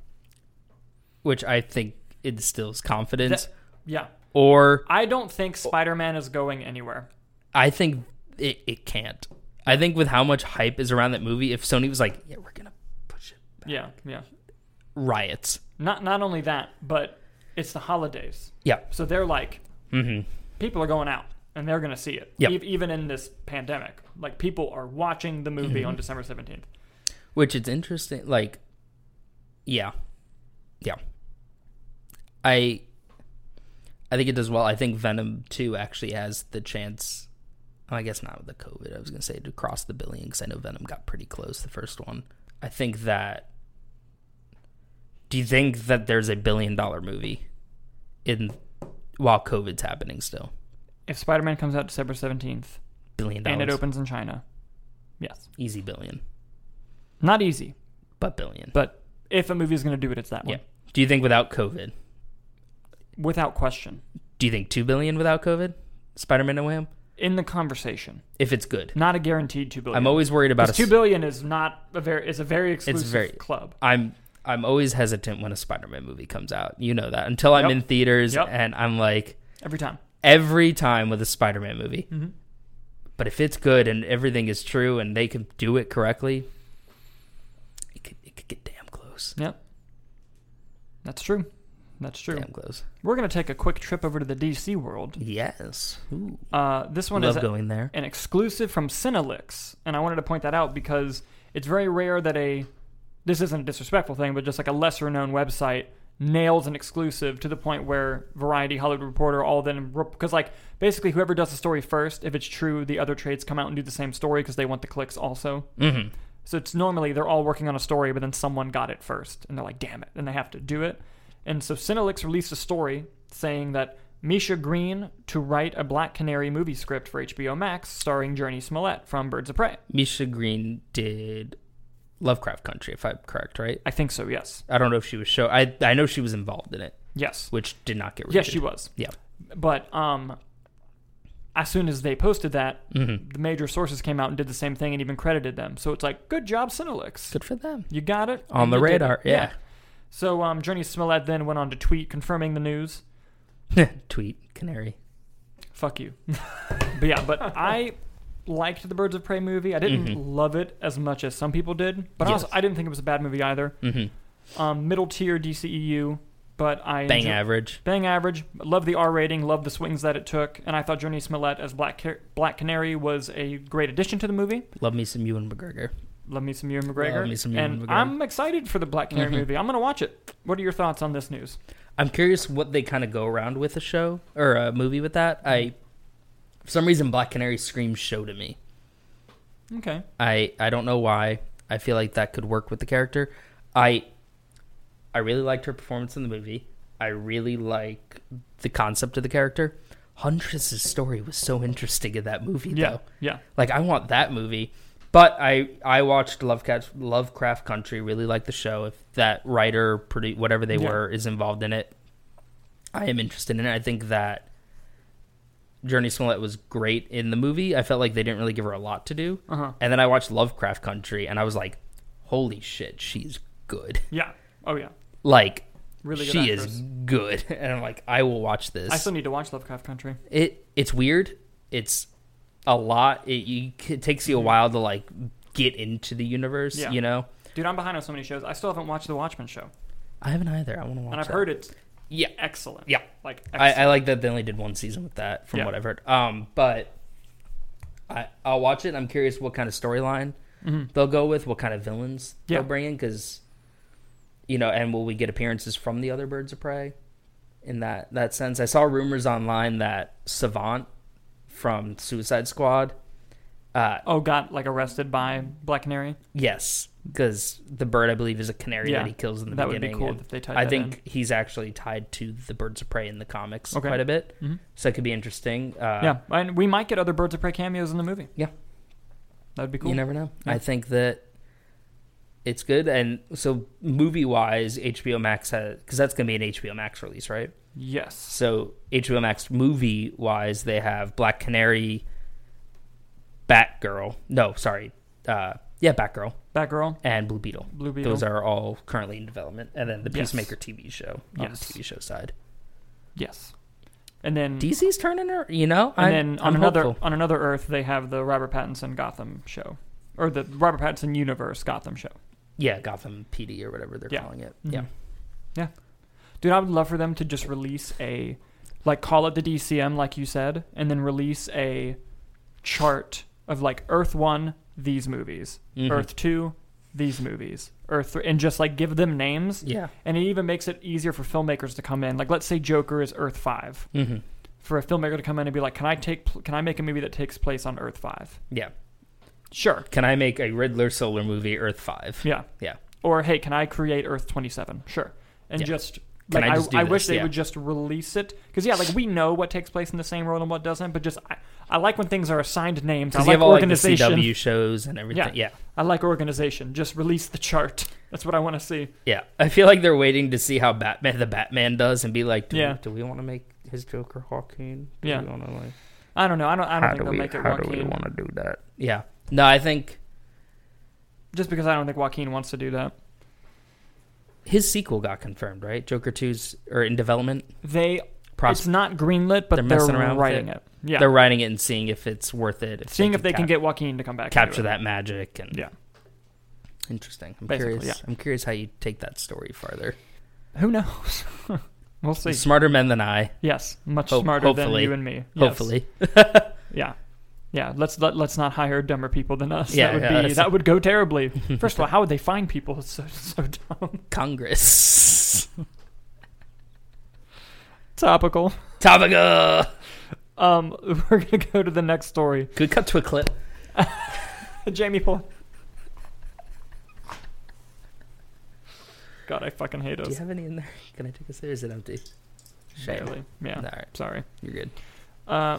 [SPEAKER 2] which I think instills confidence.
[SPEAKER 1] That- yeah.
[SPEAKER 2] or
[SPEAKER 1] I don't think Spider Man is going anywhere.
[SPEAKER 2] I think it, it can't. I think with how much hype is around that movie, if Sony was like, "Yeah, we're gonna push it,"
[SPEAKER 1] Yeah, yeah.
[SPEAKER 2] riots.
[SPEAKER 1] Not not only that, but it's the holidays,
[SPEAKER 2] Yeah,
[SPEAKER 1] so they're like
[SPEAKER 2] Mhm.
[SPEAKER 1] people are going out and they're going to see it.
[SPEAKER 2] Yep.
[SPEAKER 1] Ev- even in this pandemic, like people are watching the movie
[SPEAKER 2] Mm-hmm.
[SPEAKER 1] on December seventeenth.
[SPEAKER 2] which it's interesting. Like, yeah, yeah. I I think it does well. I think Venom Two actually has the chance. I guess not with the COVID. I was gonna say to cross the billion because I know Venom got pretty close the first one. I think that. Do you think that there's a billion dollar movie in while COVID's happening still?
[SPEAKER 1] If Spider Man comes out December seventeenth
[SPEAKER 2] Billion dollars,
[SPEAKER 1] and it opens in China, yes,
[SPEAKER 2] easy billion,
[SPEAKER 1] not easy,
[SPEAKER 2] but billion.
[SPEAKER 1] but if a movie is going to do it, it's that
[SPEAKER 2] yeah.
[SPEAKER 1] one,
[SPEAKER 2] Do you think without COVID?
[SPEAKER 1] without question,
[SPEAKER 2] Do you think two billion without COVID? Spider Man No Way Home?
[SPEAKER 1] in the conversation.
[SPEAKER 2] If it's good,
[SPEAKER 1] Not a guaranteed two billion.
[SPEAKER 2] I'm always worried about. A,
[SPEAKER 1] Because Oh, two billion is not a very is a very exclusive
[SPEAKER 2] very-
[SPEAKER 1] club.
[SPEAKER 2] I'm I'm always hesitant when a Spider Man movie comes out. You know that. Until I'm
[SPEAKER 1] Yep.
[SPEAKER 2] in theaters
[SPEAKER 1] Yep.
[SPEAKER 2] and I'm like,
[SPEAKER 1] Every time. Mm-hmm.
[SPEAKER 2] every time with a Spider-Man movie. But if it's good and everything is true and they can do it correctly, it could, it could get damn close.
[SPEAKER 1] Yep. That's true. That's true.
[SPEAKER 2] Damn close.
[SPEAKER 1] We're going to take a quick trip over to the DC world.
[SPEAKER 2] Yes. Ooh.
[SPEAKER 1] Uh, this one
[SPEAKER 2] Love
[SPEAKER 1] is
[SPEAKER 2] going there.
[SPEAKER 1] an exclusive from Cinelix, and I wanted to point that out because it's very rare that a this isn't a disrespectful thing, but just like a lesser known website nails an exclusive to the point where Variety, Hollywood Reporter, all then because like basically whoever does the story first, if it's true, the other trades come out and do the same story because they want the clicks also.
[SPEAKER 2] hmm
[SPEAKER 1] So it's normally they're all working on a story, but then someone got it first, and they're like, "Damn it!" and they have to do it. And so Cinelix released a story saying that Misha Green to write a Black Canary movie script for HBO Max, starring Journey Smollett from Birds of Prey.
[SPEAKER 2] Misha Green did Lovecraft Country, if I'm correct, right?
[SPEAKER 1] I think so. Yes,
[SPEAKER 2] I don't know if she was show. I I know she was involved in it,
[SPEAKER 1] yes,
[SPEAKER 2] which did not get. Rated.
[SPEAKER 1] yes, she was.
[SPEAKER 2] Yeah.
[SPEAKER 1] But um, as soon as they posted that,
[SPEAKER 2] Mm. Mm-hmm.
[SPEAKER 1] the major sources came out and did the same thing and even credited them. So it's like, good job, Cinelix.
[SPEAKER 2] Good for them.
[SPEAKER 1] You got it
[SPEAKER 2] On
[SPEAKER 1] and
[SPEAKER 2] the
[SPEAKER 1] you did it.
[SPEAKER 2] radar, yeah.
[SPEAKER 1] So um, Journey Smollett then went on to tweet confirming the news.
[SPEAKER 2] Tweet Canary.
[SPEAKER 1] fuck you. but yeah, but I liked the Birds of Prey movie. I didn't love it as much as some people did, but I also
[SPEAKER 2] Mm-hmm. Yes.
[SPEAKER 1] I didn't think it was a bad movie either.
[SPEAKER 2] hmm
[SPEAKER 1] Um, middle tier DCEU, but I
[SPEAKER 2] Bang
[SPEAKER 1] enjoy-
[SPEAKER 2] average.
[SPEAKER 1] Bang average. Love the R rating. Love the swings that it took. And I thought Journey Smollett as Black Car- Black Canary was a great addition to the movie.
[SPEAKER 2] Love me some Ewan McGregor.
[SPEAKER 1] Love me some Ewan McGregor.
[SPEAKER 2] me some Ewan
[SPEAKER 1] and
[SPEAKER 2] McGregor. Mm-hmm.
[SPEAKER 1] I'm excited for the Black Canary movie. I'm gonna watch it. What are your thoughts on this news?
[SPEAKER 2] I'm curious what they kind of go around with a show or a movie with that. I, for some reason, Black Canary screams show to me.
[SPEAKER 1] Okay.
[SPEAKER 2] I I don't know why. I feel like that could work with the character. I I really liked her performance in the movie. I really like the concept of the character. Huntress's story was so interesting in that movie,
[SPEAKER 1] Yeah.
[SPEAKER 2] though.
[SPEAKER 1] Yeah.
[SPEAKER 2] Like I want that movie. But I I watched Lovecraft Lovecraft Country. Really like the show. If that writer, produ- whatever they
[SPEAKER 1] Yeah.
[SPEAKER 2] were, is involved in it, I am interested in it. I think that Journey Smollett was great in the movie. I felt like they didn't really give her a lot to do.
[SPEAKER 1] Uh-huh.
[SPEAKER 2] And then I watched Lovecraft Country, and I was like, holy shit, she's good.
[SPEAKER 1] Yeah. Oh yeah.
[SPEAKER 2] Like.
[SPEAKER 1] Really good
[SPEAKER 2] she
[SPEAKER 1] actress.
[SPEAKER 2] is good, and I'm like, I will watch this
[SPEAKER 1] I still need to watch Lovecraft Country.
[SPEAKER 2] it it's weird. It's a lot. It, you, it takes you a while to like get into the universe.
[SPEAKER 1] Mm-hmm. Yeah.
[SPEAKER 2] You know,
[SPEAKER 1] Dude, I'm behind on so many shows. I still haven't watched the Watchmen show,
[SPEAKER 2] I haven't either. I want to watch.
[SPEAKER 1] and I've
[SPEAKER 2] that.
[SPEAKER 1] heard it's
[SPEAKER 2] Yeah,
[SPEAKER 1] excellent.
[SPEAKER 2] Yeah.
[SPEAKER 1] like
[SPEAKER 2] I,
[SPEAKER 1] excellent.
[SPEAKER 2] I like that they only did one season with that, from
[SPEAKER 1] Yeah.
[SPEAKER 2] what I've heard. Um, but I I'll watch it. I'm curious what kind of storyline they'll go with, what kind of villains
[SPEAKER 1] Mm-hmm. Yeah.
[SPEAKER 2] they'll bring in, because you know, and will we get appearances from the other birds of prey? In that that sense, I saw rumors online that Savant from Suicide Squad uh,
[SPEAKER 1] oh, got like arrested by Black Canary.
[SPEAKER 2] Yes, because the bird, I believe, is a canary
[SPEAKER 1] Yeah,
[SPEAKER 2] that he kills in the
[SPEAKER 1] that would be
[SPEAKER 2] beginning.
[SPEAKER 1] cool
[SPEAKER 2] and
[SPEAKER 1] if they tied
[SPEAKER 2] I
[SPEAKER 1] that
[SPEAKER 2] think he's actually tied to the birds of prey in the comics
[SPEAKER 1] Okay. Mm-hmm.
[SPEAKER 2] quite a bit, so it could be interesting. Uh,
[SPEAKER 1] yeah, and we might get other Birds of Prey cameos in the movie.
[SPEAKER 2] Yeah.
[SPEAKER 1] that'd be cool.
[SPEAKER 2] you never know.
[SPEAKER 1] Yeah.
[SPEAKER 2] I think that it's good, and so movie wise, HBO Max has because that's going to be an HBO Max release, right?
[SPEAKER 1] yes,
[SPEAKER 2] So HBO Max movie wise, they have Black Canary, Batgirl. No, sorry, uh, yeah, Batgirl
[SPEAKER 1] Batgirl,
[SPEAKER 2] and Blue Beetle.
[SPEAKER 1] Blue Beetle.
[SPEAKER 2] Those are all currently in development, and then the
[SPEAKER 1] Yes.
[SPEAKER 2] Peacemaker TV show on
[SPEAKER 1] Yes. Mm-hmm.
[SPEAKER 2] the TV show side.
[SPEAKER 1] yes, and then
[SPEAKER 2] DC's turning her, you know.
[SPEAKER 1] and
[SPEAKER 2] I'm-
[SPEAKER 1] then on
[SPEAKER 2] I'm
[SPEAKER 1] another
[SPEAKER 2] hopeful.
[SPEAKER 1] on another Earth they have the Robert Pattinson Gotham show, or the Robert Pattinson universe Gotham show.
[SPEAKER 2] yeah, Gotham PD or whatever they're
[SPEAKER 1] Yeah.
[SPEAKER 2] calling it.
[SPEAKER 1] Mhm.
[SPEAKER 2] Yeah,
[SPEAKER 1] Dude, I would love for them to just release a, like, call it the DCM, like you said, and then release a chart of like Earth One, these movies,
[SPEAKER 2] Mhm.
[SPEAKER 1] Earth Two, these movies, Earth Three, and just like give them names.
[SPEAKER 2] Mm-hmm. yeah.
[SPEAKER 1] And it even makes it easier for filmmakers to come in. Like, let's say Joker is Earth Five,
[SPEAKER 2] hmm
[SPEAKER 1] for a filmmaker to come in and be like, "Can I take? pl- Can I make a movie that takes place on Earth 5?
[SPEAKER 2] Yeah.
[SPEAKER 1] Sure.
[SPEAKER 2] Can I make a Riddler solar movie, Earth Five?
[SPEAKER 1] Yeah.
[SPEAKER 2] Yeah.
[SPEAKER 1] Or hey, can I create Earth 27? Sure. And
[SPEAKER 2] Yeah.
[SPEAKER 1] just
[SPEAKER 2] Can
[SPEAKER 1] like
[SPEAKER 2] I
[SPEAKER 1] I,
[SPEAKER 2] just do
[SPEAKER 1] I wish
[SPEAKER 2] this?
[SPEAKER 1] they
[SPEAKER 2] Yeah.
[SPEAKER 1] would just release it because yeah, like we know what takes place in the same world and what doesn't, but just I, I like when things are assigned names. I
[SPEAKER 2] Because
[SPEAKER 1] like
[SPEAKER 2] you have all like, the
[SPEAKER 1] organization.
[SPEAKER 2] CW shows and everything. Yeah. yeah,
[SPEAKER 1] I like organization. Just release the chart. That's what I want to see.
[SPEAKER 2] I feel like they're waiting to see how Batman the Batman does and be like, do
[SPEAKER 1] Yeah.
[SPEAKER 2] we, do we want to make his Joker Hawking? Do
[SPEAKER 1] Yeah.
[SPEAKER 2] we want to like
[SPEAKER 1] I don't know. I don't. I don't think they'll make it Joaquin.
[SPEAKER 2] to do that? Yeah. No, I think
[SPEAKER 1] Just because I don't think Joaquin wants to do that.
[SPEAKER 2] his sequel got confirmed, right? Joker 2's or in development.
[SPEAKER 1] They it's not greenlit, but
[SPEAKER 2] They're
[SPEAKER 1] they're,
[SPEAKER 2] messing around with
[SPEAKER 1] writing
[SPEAKER 2] it.
[SPEAKER 1] it. Yeah,
[SPEAKER 2] They're writing it and seeing if it's worth it.
[SPEAKER 1] seeing if they can
[SPEAKER 2] cap-
[SPEAKER 1] get Joaquin to come back. into
[SPEAKER 2] capture
[SPEAKER 1] it.
[SPEAKER 2] that magic and
[SPEAKER 1] Yeah.
[SPEAKER 2] interesting. I'm
[SPEAKER 1] Basically,
[SPEAKER 2] curious.
[SPEAKER 1] yeah.
[SPEAKER 2] I'm curious how you take that story farther.
[SPEAKER 1] Who knows? we'll see.
[SPEAKER 2] Smarter men than I,
[SPEAKER 1] Yes, much
[SPEAKER 2] Ho-
[SPEAKER 1] smarter
[SPEAKER 2] hopefully.
[SPEAKER 1] than you and me. Yes.
[SPEAKER 2] hopefully.
[SPEAKER 1] Yeah. Yeah, let's let, let's not hire dumber people than us.
[SPEAKER 2] Yeah,
[SPEAKER 1] that would
[SPEAKER 2] yeah,
[SPEAKER 1] be
[SPEAKER 2] that's-
[SPEAKER 1] that would go terribly. First of all, how would they find people so so dumb?
[SPEAKER 2] Congress.
[SPEAKER 1] Topical.
[SPEAKER 2] Topical.
[SPEAKER 1] Um, we're gonna go to the next story.
[SPEAKER 2] Good cut to a clip.
[SPEAKER 1] Jamie Paul. God, I fucking hate
[SPEAKER 2] Do you
[SPEAKER 1] us.
[SPEAKER 2] have any in there? Can I take this? Or is it empty? Shame.
[SPEAKER 1] Barely. Yeah.
[SPEAKER 2] All right,
[SPEAKER 1] Sorry.
[SPEAKER 2] you're good.
[SPEAKER 1] Uh,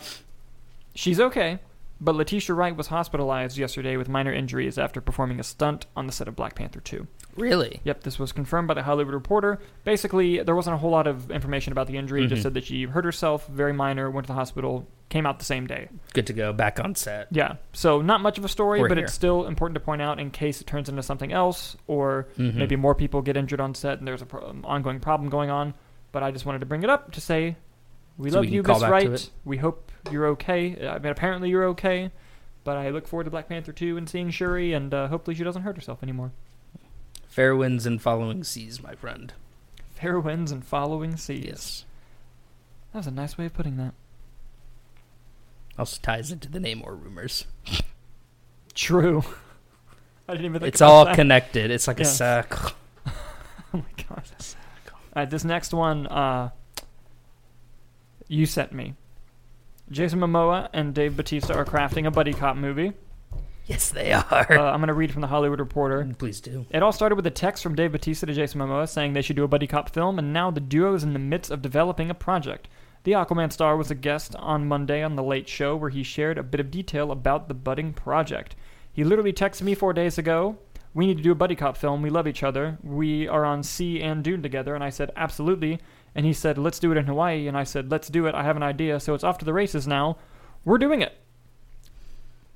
[SPEAKER 1] she's okay, but Letitia Wright was hospitalized yesterday with minor injuries after performing a stunt on the set of Black Panther 2.
[SPEAKER 2] Really?
[SPEAKER 1] Yep, this was confirmed by the Hollywood Reporter. Basically, there wasn't a whole lot of information about the injury. It
[SPEAKER 2] Mhm.
[SPEAKER 1] Just said that she hurt herself, very minor, went to the hospital, came out the same day.
[SPEAKER 2] Good to go. Back on set.
[SPEAKER 1] Yeah, so not much of a story,
[SPEAKER 2] We're
[SPEAKER 1] but
[SPEAKER 2] here.
[SPEAKER 1] it's still important to point out in case it turns into something else, or
[SPEAKER 2] Mhm.
[SPEAKER 1] maybe more people get injured on set and there's an pro- um, ongoing problem going on. But I just wanted to bring it up to say we
[SPEAKER 2] So
[SPEAKER 1] love
[SPEAKER 2] we can
[SPEAKER 1] you,
[SPEAKER 2] call
[SPEAKER 1] Miss
[SPEAKER 2] back to
[SPEAKER 1] Wright.
[SPEAKER 2] it.
[SPEAKER 1] We hope you're okay. I mean, apparently you're okay. But I look forward to Black Panther 2 and seeing Shuri, and uh, hopefully she doesn't hurt herself anymore.
[SPEAKER 2] Fair winds and following seas, my friend.
[SPEAKER 1] Fair winds and following seas.
[SPEAKER 2] Yes.
[SPEAKER 1] That was a nice way of putting that.
[SPEAKER 2] Also ties into the Namor rumors.
[SPEAKER 1] True. I didn't even think
[SPEAKER 2] it's
[SPEAKER 1] about
[SPEAKER 2] all
[SPEAKER 1] that.
[SPEAKER 2] connected. It's like a
[SPEAKER 1] Yeah.
[SPEAKER 2] circle.
[SPEAKER 1] oh my gosh. All right, this next one, uh, you sent me. Jason Momoa and Dave Batista are crafting a buddy cop movie.
[SPEAKER 2] Yes, they
[SPEAKER 1] Uh,
[SPEAKER 2] are.
[SPEAKER 1] I'm going to read from the Hollywood Reporter.
[SPEAKER 2] Please do.
[SPEAKER 1] It all started with a text from Dave Bautista to Jason Momoa saying they should do a buddy cop film, and now the duo is in the midst of developing a project. The Aquaman star was a guest on Monday on The Late Show, where he shared a bit of detail about the budding project. He literally texted me four days ago, We need to do a buddy cop film. We love each other. We are on Sea and Dune together. And I said, Absolutely. And he said, Let's do it in Hawaii. And I said, Let's do it. I have an idea. So it's off to the races now. We're doing it.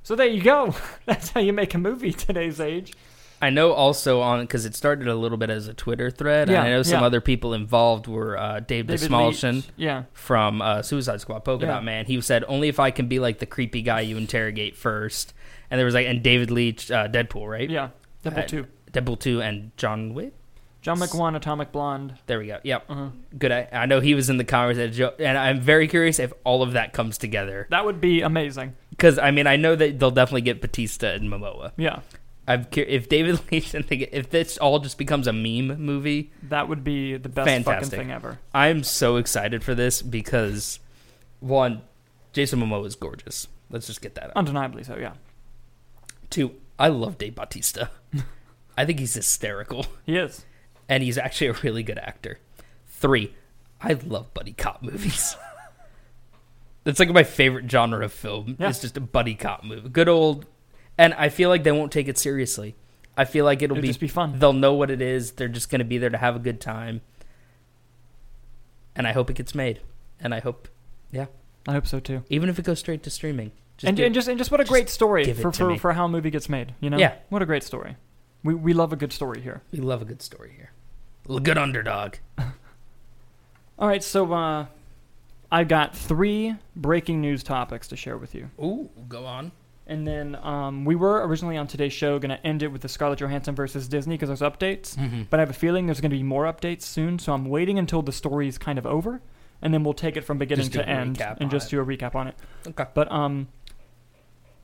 [SPEAKER 1] So there you go. That's how you make a movie today's age.
[SPEAKER 2] I know also on because it started a little bit as a Twitter thread, and I
[SPEAKER 1] Yeah,
[SPEAKER 2] know some
[SPEAKER 1] yeah.
[SPEAKER 2] other people involved were uh, Dave
[SPEAKER 1] David
[SPEAKER 2] Desmalshin
[SPEAKER 1] Leitch, Yeah.
[SPEAKER 2] from uh, Suicide Squad, Polka
[SPEAKER 1] Yeah.
[SPEAKER 2] Dot Man. He said, "Only if I can be like the creepy guy you interrogate first. And there was like, and David Leach, uh, Deadpool, right?
[SPEAKER 1] Yeah, Deadpool
[SPEAKER 2] Uh,
[SPEAKER 1] two.
[SPEAKER 2] Deadpool two, and John Wick.
[SPEAKER 1] John McWan, Atomic Blonde.
[SPEAKER 2] There we go. Yep,
[SPEAKER 1] uh
[SPEAKER 2] good. I, I know he was in the conversation, and I'm very curious if all of that comes together.
[SPEAKER 1] That would be amazing.
[SPEAKER 2] Because I mean, I know that they'll definitely get Batista and Momoa.
[SPEAKER 1] Yeah,
[SPEAKER 2] I'm cur- if David Leitch and they get, if this all just becomes a meme movie,
[SPEAKER 1] that would be the best
[SPEAKER 2] Fantastic.
[SPEAKER 1] fucking thing ever.
[SPEAKER 2] I'm so excited for this because one, Jason Momoa is gorgeous. Let's just get that out.
[SPEAKER 1] Undeniably so. Yeah,
[SPEAKER 2] Two, I love Dave Bautista. I think he's hysterical,
[SPEAKER 1] he is.
[SPEAKER 2] and he's actually a really good actor. Three, I love buddy cop movies. That's like my favorite genre of film.
[SPEAKER 1] Yeah.
[SPEAKER 2] It's just a buddy cop movie. Good old, and I feel like they won't take it seriously. I feel like it'll
[SPEAKER 1] It'll
[SPEAKER 2] be
[SPEAKER 1] just be fun.
[SPEAKER 2] They'll know what it is. They're just going to be there to have a good time. And I hope it gets made. And I hope,
[SPEAKER 1] I hope so too.
[SPEAKER 2] even if it goes straight to streaming, just
[SPEAKER 1] and,
[SPEAKER 2] do-
[SPEAKER 1] and just and just what a
[SPEAKER 2] just
[SPEAKER 1] great story
[SPEAKER 2] give it
[SPEAKER 1] for,
[SPEAKER 2] to
[SPEAKER 1] for,
[SPEAKER 2] me.
[SPEAKER 1] for how a movie gets made. You know.
[SPEAKER 2] Yeah.
[SPEAKER 1] What a great story. We we love a good story here.
[SPEAKER 2] we love a good story here. A good underdog.
[SPEAKER 1] All right, so uh, I've got three breaking news topics to share with you.
[SPEAKER 2] Ooh, go on.
[SPEAKER 1] And then um, we were originally on today's show going to end it with the Scarlett Johansson versus Disney because there's updates. But I have a feeling there's going to be more updates soon, so I'm waiting until the story is kind of over, and then we'll take it from beginning
[SPEAKER 2] Just do
[SPEAKER 1] to
[SPEAKER 2] a
[SPEAKER 1] end
[SPEAKER 2] recap on
[SPEAKER 1] and just
[SPEAKER 2] it.
[SPEAKER 1] do a recap on it.
[SPEAKER 2] Okay.
[SPEAKER 1] But um,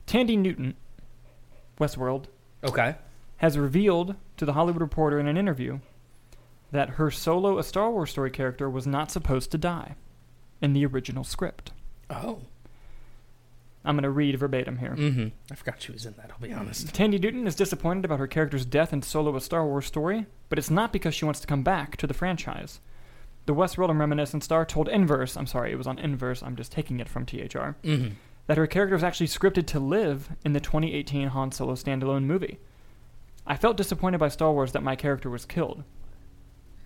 [SPEAKER 1] Tandy Newton, Westworld,
[SPEAKER 2] Okay.
[SPEAKER 1] has revealed to the Hollywood Reporter in an interview that her solo A Star Wars Story character was not supposed to die in the original script.
[SPEAKER 2] Oh.
[SPEAKER 1] I'm going to read verbatim here.
[SPEAKER 2] Mm-hmm. I forgot she was in that, I'll be honest.
[SPEAKER 1] Tandy Newton is disappointed about her character's death in Solo: A Star Wars Story, but it's not because she wants to come back to the franchise. The Westworld and Reminiscent star told Inverse, I'm sorry, it was on Inverse, I'm just taking it from THR,
[SPEAKER 2] Mm-hmm.
[SPEAKER 1] that her character was actually scripted to live in the 2018 Han Solo standalone movie. I felt disappointed by Star Wars that my character was killed.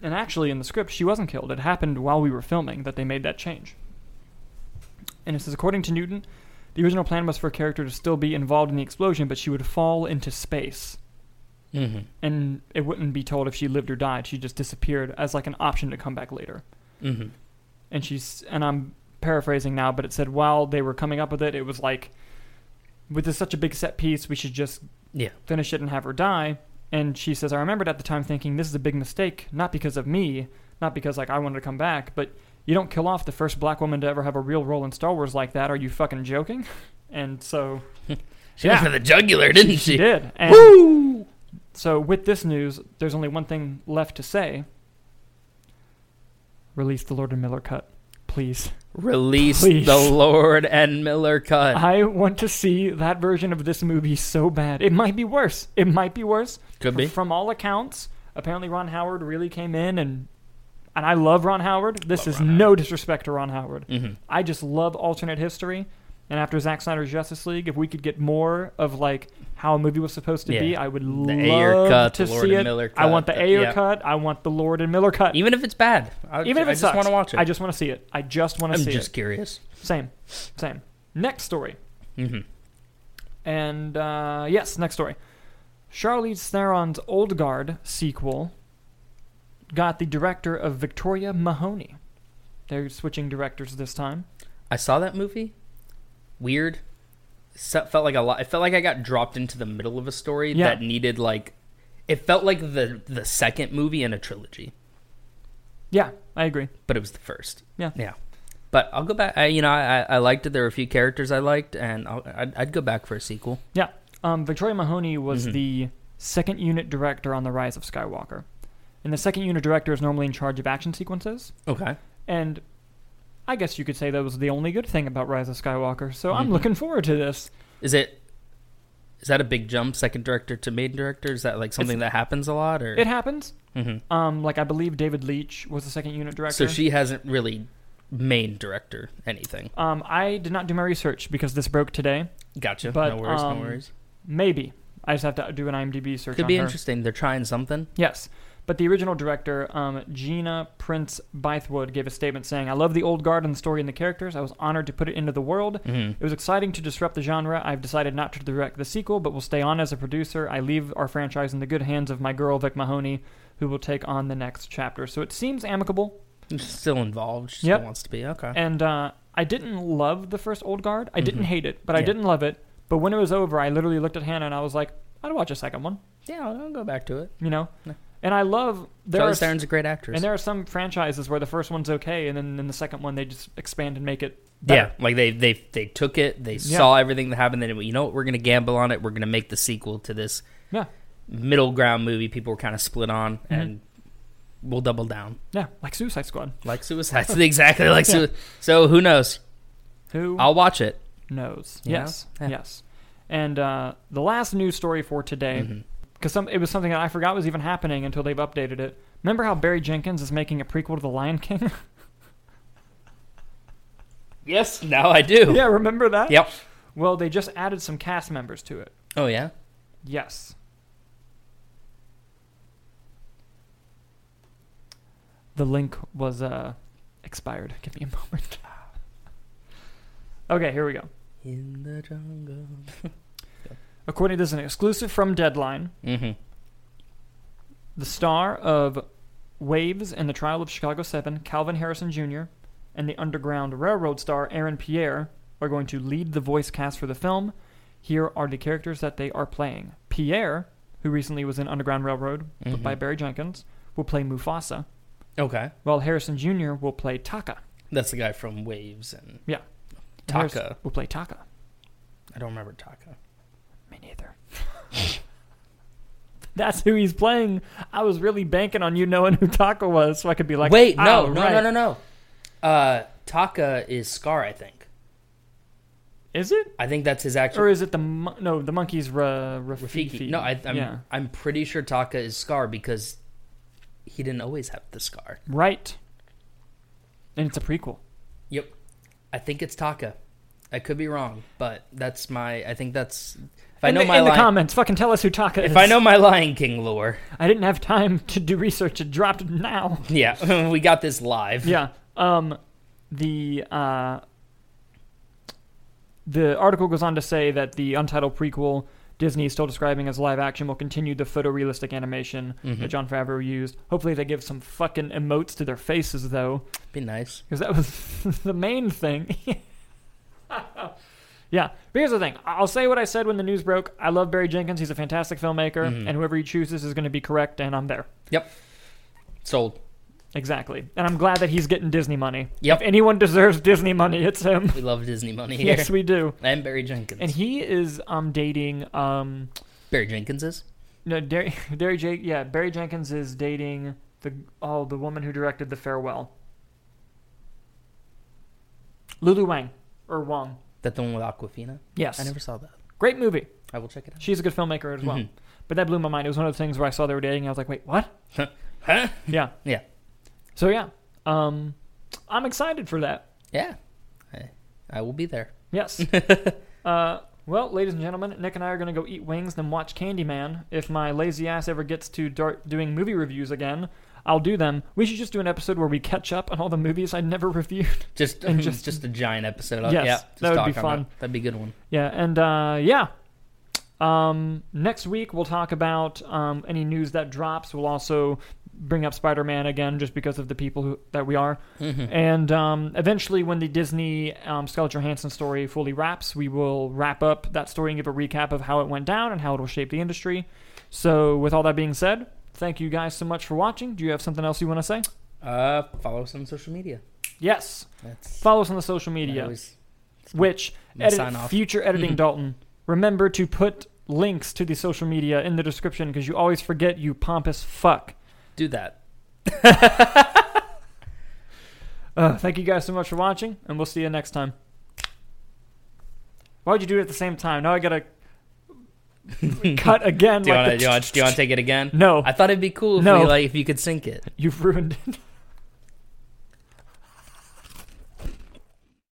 [SPEAKER 1] And actually, in the script, she wasn't killed. It happened while we were filming that they made that change. And it says, according to Newton, the original plan was for her character to still be involved in the explosion, but she would fall into space
[SPEAKER 2] Mm-hmm.
[SPEAKER 1] and it wouldn't be told if she lived or died. She just disappeared as like an option to come back later.
[SPEAKER 2] Mm-hmm.
[SPEAKER 1] and she's and I'm paraphrasing now, but it said while they were coming up with it, it was like, with this such a big set piece, we should just
[SPEAKER 2] Yeah.
[SPEAKER 1] finish it and have her die. And she says, I remembered at the time thinking this is a big mistake, not because of me, not because like I wanted to come back, but you don't kill off the first black woman to ever have a real role in Star Wars like that. Are you fucking joking? And so
[SPEAKER 2] She
[SPEAKER 1] Yeah.
[SPEAKER 2] went for the jugular, didn't she?
[SPEAKER 1] she did. And
[SPEAKER 2] Woo!
[SPEAKER 1] so with this news, there's only one thing left to say. Release the Lord and Miller cut, please.
[SPEAKER 2] Release
[SPEAKER 1] Please.
[SPEAKER 2] the Lord and Miller cut.
[SPEAKER 1] I want to see that version of this movie so bad. It might be worse. It might be worse.
[SPEAKER 2] Could be.
[SPEAKER 1] From all accounts, apparently Ron Howard really came in and and I love Ron Howard. This
[SPEAKER 2] Love
[SPEAKER 1] is
[SPEAKER 2] Ron
[SPEAKER 1] no disrespect to Ron Howard.
[SPEAKER 2] Mhm.
[SPEAKER 1] I just love alternate history. And after Zack Snyder's Justice League, if we could get more of like how a movie was supposed to be,
[SPEAKER 2] Yeah.
[SPEAKER 1] I would
[SPEAKER 2] The Ayer
[SPEAKER 1] love
[SPEAKER 2] cut,
[SPEAKER 1] to
[SPEAKER 2] the Lord
[SPEAKER 1] see
[SPEAKER 2] and
[SPEAKER 1] it.
[SPEAKER 2] Miller
[SPEAKER 1] I
[SPEAKER 2] cut,
[SPEAKER 1] want the
[SPEAKER 2] the-
[SPEAKER 1] Ayer
[SPEAKER 2] yeah.
[SPEAKER 1] cut. I want the Lord and Miller cut.
[SPEAKER 2] Even if it's bad, I,
[SPEAKER 1] Even if
[SPEAKER 2] I
[SPEAKER 1] it
[SPEAKER 2] just
[SPEAKER 1] sucks,
[SPEAKER 2] want to watch it.
[SPEAKER 1] I just want to see it. I just want
[SPEAKER 2] I'm
[SPEAKER 1] to see
[SPEAKER 2] just
[SPEAKER 1] it.
[SPEAKER 2] curious.
[SPEAKER 1] Same, same. Next story. Mm-hmm.
[SPEAKER 2] hmm
[SPEAKER 1] And uh, yes, next story. Charlize Theron's Old Guard sequel got the director of Victoria Mahoney. They're switching directors this time.
[SPEAKER 2] I saw that movie. Weird. So, felt like a lot. It felt like I got dropped into the middle of a story
[SPEAKER 1] Yeah.
[SPEAKER 2] that needed like. It felt like the the second movie in a trilogy,
[SPEAKER 1] Yeah, I agree.
[SPEAKER 2] but it was the first.
[SPEAKER 1] Yeah.
[SPEAKER 2] Yeah. But I'll go back. I, you know, I, I liked it. There were a few characters I liked, and I'll, I'd, I'd go back for a sequel.
[SPEAKER 1] Yeah. Um, Victoria Mahoney was
[SPEAKER 2] Mhm.
[SPEAKER 1] the second unit director on The Rise of Skywalker. And the second unit director is normally in charge of action sequences.
[SPEAKER 2] Okay.
[SPEAKER 1] And I guess you could say that was the only good thing about Rise of Skywalker. So I'm
[SPEAKER 2] Mhm.
[SPEAKER 1] looking forward to this.
[SPEAKER 2] Is it? Is that a big jump, second director to main director? Is that like something that happens a lot, or
[SPEAKER 1] It happens.
[SPEAKER 2] Mhm.
[SPEAKER 1] Um, like I believe David Leitch was the second unit director.
[SPEAKER 2] so she hasn't really main director anything?
[SPEAKER 1] Um, I did not do my research because this broke today.
[SPEAKER 2] Gotcha.
[SPEAKER 1] But,
[SPEAKER 2] no worries.
[SPEAKER 1] um,
[SPEAKER 2] no worries.
[SPEAKER 1] Maybe I just have to do an IMDb search.
[SPEAKER 2] Could
[SPEAKER 1] on
[SPEAKER 2] be
[SPEAKER 1] her.
[SPEAKER 2] interesting. They're trying something.
[SPEAKER 1] Yes, but the original director, um, Gina Prince Bythewood, gave a statement saying, "I love the old guard and the story and the characters. I was honored to put it into the world.
[SPEAKER 2] Mm-hmm.
[SPEAKER 1] It was exciting to disrupt the genre. I've decided not to direct the sequel, but will stay on as a producer. I leave our franchise in the good hands of my girl Vic Mahoney, who will take on the next chapter. So it seems amicable.
[SPEAKER 2] She's still involved. She
[SPEAKER 1] Yep.
[SPEAKER 2] still wants to be. Okay.
[SPEAKER 1] And uh, I didn't love the first Old Guard. I didn't
[SPEAKER 2] Mhm.
[SPEAKER 1] hate it, but I
[SPEAKER 2] Yeah.
[SPEAKER 1] didn't love it. But when it was over, I literally looked at Hannah and I was like, I'd watch a second one,
[SPEAKER 2] yeah, I'll, I'll go back to it.
[SPEAKER 1] you know?
[SPEAKER 2] Yeah.
[SPEAKER 1] And I love there are,
[SPEAKER 2] Charlize
[SPEAKER 1] s-
[SPEAKER 2] Theron's a great actress.
[SPEAKER 1] and there are some franchises where the first one's okay, and then in the second one they just expand and make it.
[SPEAKER 2] yeah,
[SPEAKER 1] Better.
[SPEAKER 2] like they they they took it. They
[SPEAKER 1] Yeah.
[SPEAKER 2] saw everything that happened. They went, you know what? We're gonna gamble on it. We're gonna make the sequel to this
[SPEAKER 1] Yeah. Mm-hmm.
[SPEAKER 2] middle ground movie. People were kind of split on, and we'll double down
[SPEAKER 1] Yeah, like Suicide Squad.
[SPEAKER 2] like Suicide. exactly like
[SPEAKER 1] Yeah.
[SPEAKER 2] Suicide. So who knows?
[SPEAKER 1] Who
[SPEAKER 2] I'll watch it.
[SPEAKER 1] knows?
[SPEAKER 2] You know?
[SPEAKER 1] Yes,
[SPEAKER 2] Yeah.
[SPEAKER 1] yes. And uh, the last news story for today,
[SPEAKER 2] Mhm.
[SPEAKER 1] because some it was something that I forgot was even happening until they've updated it. Remember how Barry Jenkins is making a prequel to The Lion King?
[SPEAKER 2] Yes, now I do.
[SPEAKER 1] yeah, remember that?
[SPEAKER 2] Yep.
[SPEAKER 1] Well, they just added some cast members to it.
[SPEAKER 2] Oh yeah.
[SPEAKER 1] Yes. The link was uh, expired. Give me a moment. okay, here we go.
[SPEAKER 2] In the jungle.
[SPEAKER 1] According to this, an exclusive from Deadline,
[SPEAKER 2] Mm-hmm.
[SPEAKER 1] the star of Waves and the Trial of Chicago 7, Calvin Harrison Jr., and the Underground Railroad star Aaron Pierre are going to lead the voice cast for the film. Here are the characters that they are playing. Pierre, who recently was in Underground Railroad
[SPEAKER 2] Mhm.
[SPEAKER 1] by Barry Jenkins, will play Mufasa,
[SPEAKER 2] Okay,
[SPEAKER 1] while Harrison Jr. will play Taka.
[SPEAKER 2] that's the guy from Waves and
[SPEAKER 1] Yeah.
[SPEAKER 2] Taka.
[SPEAKER 1] Harris will play Taka.
[SPEAKER 2] I don't remember Taka.
[SPEAKER 1] Me neither. That's who he's playing. I was really banking on you knowing who Taka was, so I could be like,
[SPEAKER 2] Wait, no,
[SPEAKER 1] "Oh,
[SPEAKER 2] no,
[SPEAKER 1] right."
[SPEAKER 2] no, no, no. Uh, Taka is Scar, I think.
[SPEAKER 1] Is it?
[SPEAKER 2] I think that's his actual
[SPEAKER 1] Or is it the mon- no the monkey's ra- Rafiki?
[SPEAKER 2] Rafiki. No, I, I'm
[SPEAKER 1] yeah,
[SPEAKER 2] I'm pretty sure Taka is Scar because he didn't always have the scar.
[SPEAKER 1] right. And it's a prequel.
[SPEAKER 2] Yep, I think it's Taka. I could be wrong, but that's my. I think that's. If I
[SPEAKER 1] in
[SPEAKER 2] know
[SPEAKER 1] the,
[SPEAKER 2] my
[SPEAKER 1] in the
[SPEAKER 2] lion,
[SPEAKER 1] comments, fucking tell us who Taka is.
[SPEAKER 2] if I know my Lion King lore,
[SPEAKER 1] I didn't have time to do research. It dropped now.
[SPEAKER 2] yeah, we got this live.
[SPEAKER 1] yeah. Um, the uh, the article goes on to say that the untitled prequel Disney is still describing as live action will continue the photorealistic animation
[SPEAKER 2] Mm-hmm.
[SPEAKER 1] that John Favreau used. Hopefully, they give some fucking emotes to their faces, though,
[SPEAKER 2] Be nice.
[SPEAKER 1] because that was the main thing. yeah, but here's the thing I'll say what I said when the news broke. I love Barry Jenkins, he's a fantastic filmmaker, and whoever he chooses is going to be correct, and I'm there.
[SPEAKER 2] Yep. Sold.
[SPEAKER 1] Exactly. And I'm glad that he's getting Disney money.
[SPEAKER 2] Yep.
[SPEAKER 1] If anyone deserves Disney money, it's him.
[SPEAKER 2] We love Disney money here.
[SPEAKER 1] yes, we do.
[SPEAKER 2] and Barry Jenkins.
[SPEAKER 1] And he is um dating um
[SPEAKER 2] Barry Jenkins is.
[SPEAKER 1] no Derry Derry J yeah, Barry Jenkins is dating the oh the woman who directed The Farewell. Lulu Wang or Wong.
[SPEAKER 2] That the one with Aquafina?
[SPEAKER 1] Yes.
[SPEAKER 2] I never saw that.
[SPEAKER 1] Great movie.
[SPEAKER 2] I will check it out.
[SPEAKER 1] She's a good filmmaker as well.
[SPEAKER 2] Mhm.
[SPEAKER 1] But that blew my mind. It was one of the things where I saw they were dating and I was like, "Wait, what?"
[SPEAKER 2] Huh?
[SPEAKER 1] Yeah.
[SPEAKER 2] Yeah.
[SPEAKER 1] So yeah. Um I'm excited for that.
[SPEAKER 2] Yeah. I, I will be there.
[SPEAKER 1] Yes. uh, well, ladies and gentlemen, Nick and I are going to go eat wings and watch Candyman. If my lazy ass ever gets to dart doing movie reviews again, I'll do them. We should just do an episode where we catch up on all the movies I never reviewed.
[SPEAKER 2] Just
[SPEAKER 1] And
[SPEAKER 2] just
[SPEAKER 1] just-
[SPEAKER 2] just a giant episode. Of,
[SPEAKER 1] Yes,
[SPEAKER 2] yeah, just
[SPEAKER 1] that would be
[SPEAKER 2] talk on
[SPEAKER 1] fun.
[SPEAKER 2] That. would be a good one.
[SPEAKER 1] yeah, and uh, yeah. Um, next week we'll talk about um, any news that drops. We'll also bring up Spider-Man again, just because of the people who, that we are.
[SPEAKER 2] Mm-hmm.
[SPEAKER 1] And um, eventually, when the Disney um, Scarlett Johansson story fully wraps, we will wrap up that story and give a recap of how it went down and how it will shape the industry. So, with all that being said, thank you guys so much for watching. Do you have something else you want to say?
[SPEAKER 2] Uh, follow us on social media.
[SPEAKER 1] Yes.
[SPEAKER 2] That's
[SPEAKER 1] Follow us on the social
[SPEAKER 2] I
[SPEAKER 1] media,
[SPEAKER 2] always-
[SPEAKER 1] which
[SPEAKER 2] my
[SPEAKER 1] edit,
[SPEAKER 2] sign off. Mm-hmm.
[SPEAKER 1] future editing Dalton. Remember to put links to the social media in the description because you always forget, you pompous fuck.
[SPEAKER 2] do that.
[SPEAKER 1] Uh, thank you guys so much for watching, and we'll see you next time. Why'd you do it at the same time? Now I gotta cut again.
[SPEAKER 2] Do you
[SPEAKER 1] like
[SPEAKER 2] want to
[SPEAKER 1] the-
[SPEAKER 2] do you want to take it again?
[SPEAKER 1] No.
[SPEAKER 2] I thought it'd be cool if
[SPEAKER 1] No.
[SPEAKER 2] we, like if you could sync it.
[SPEAKER 1] You've ruined it.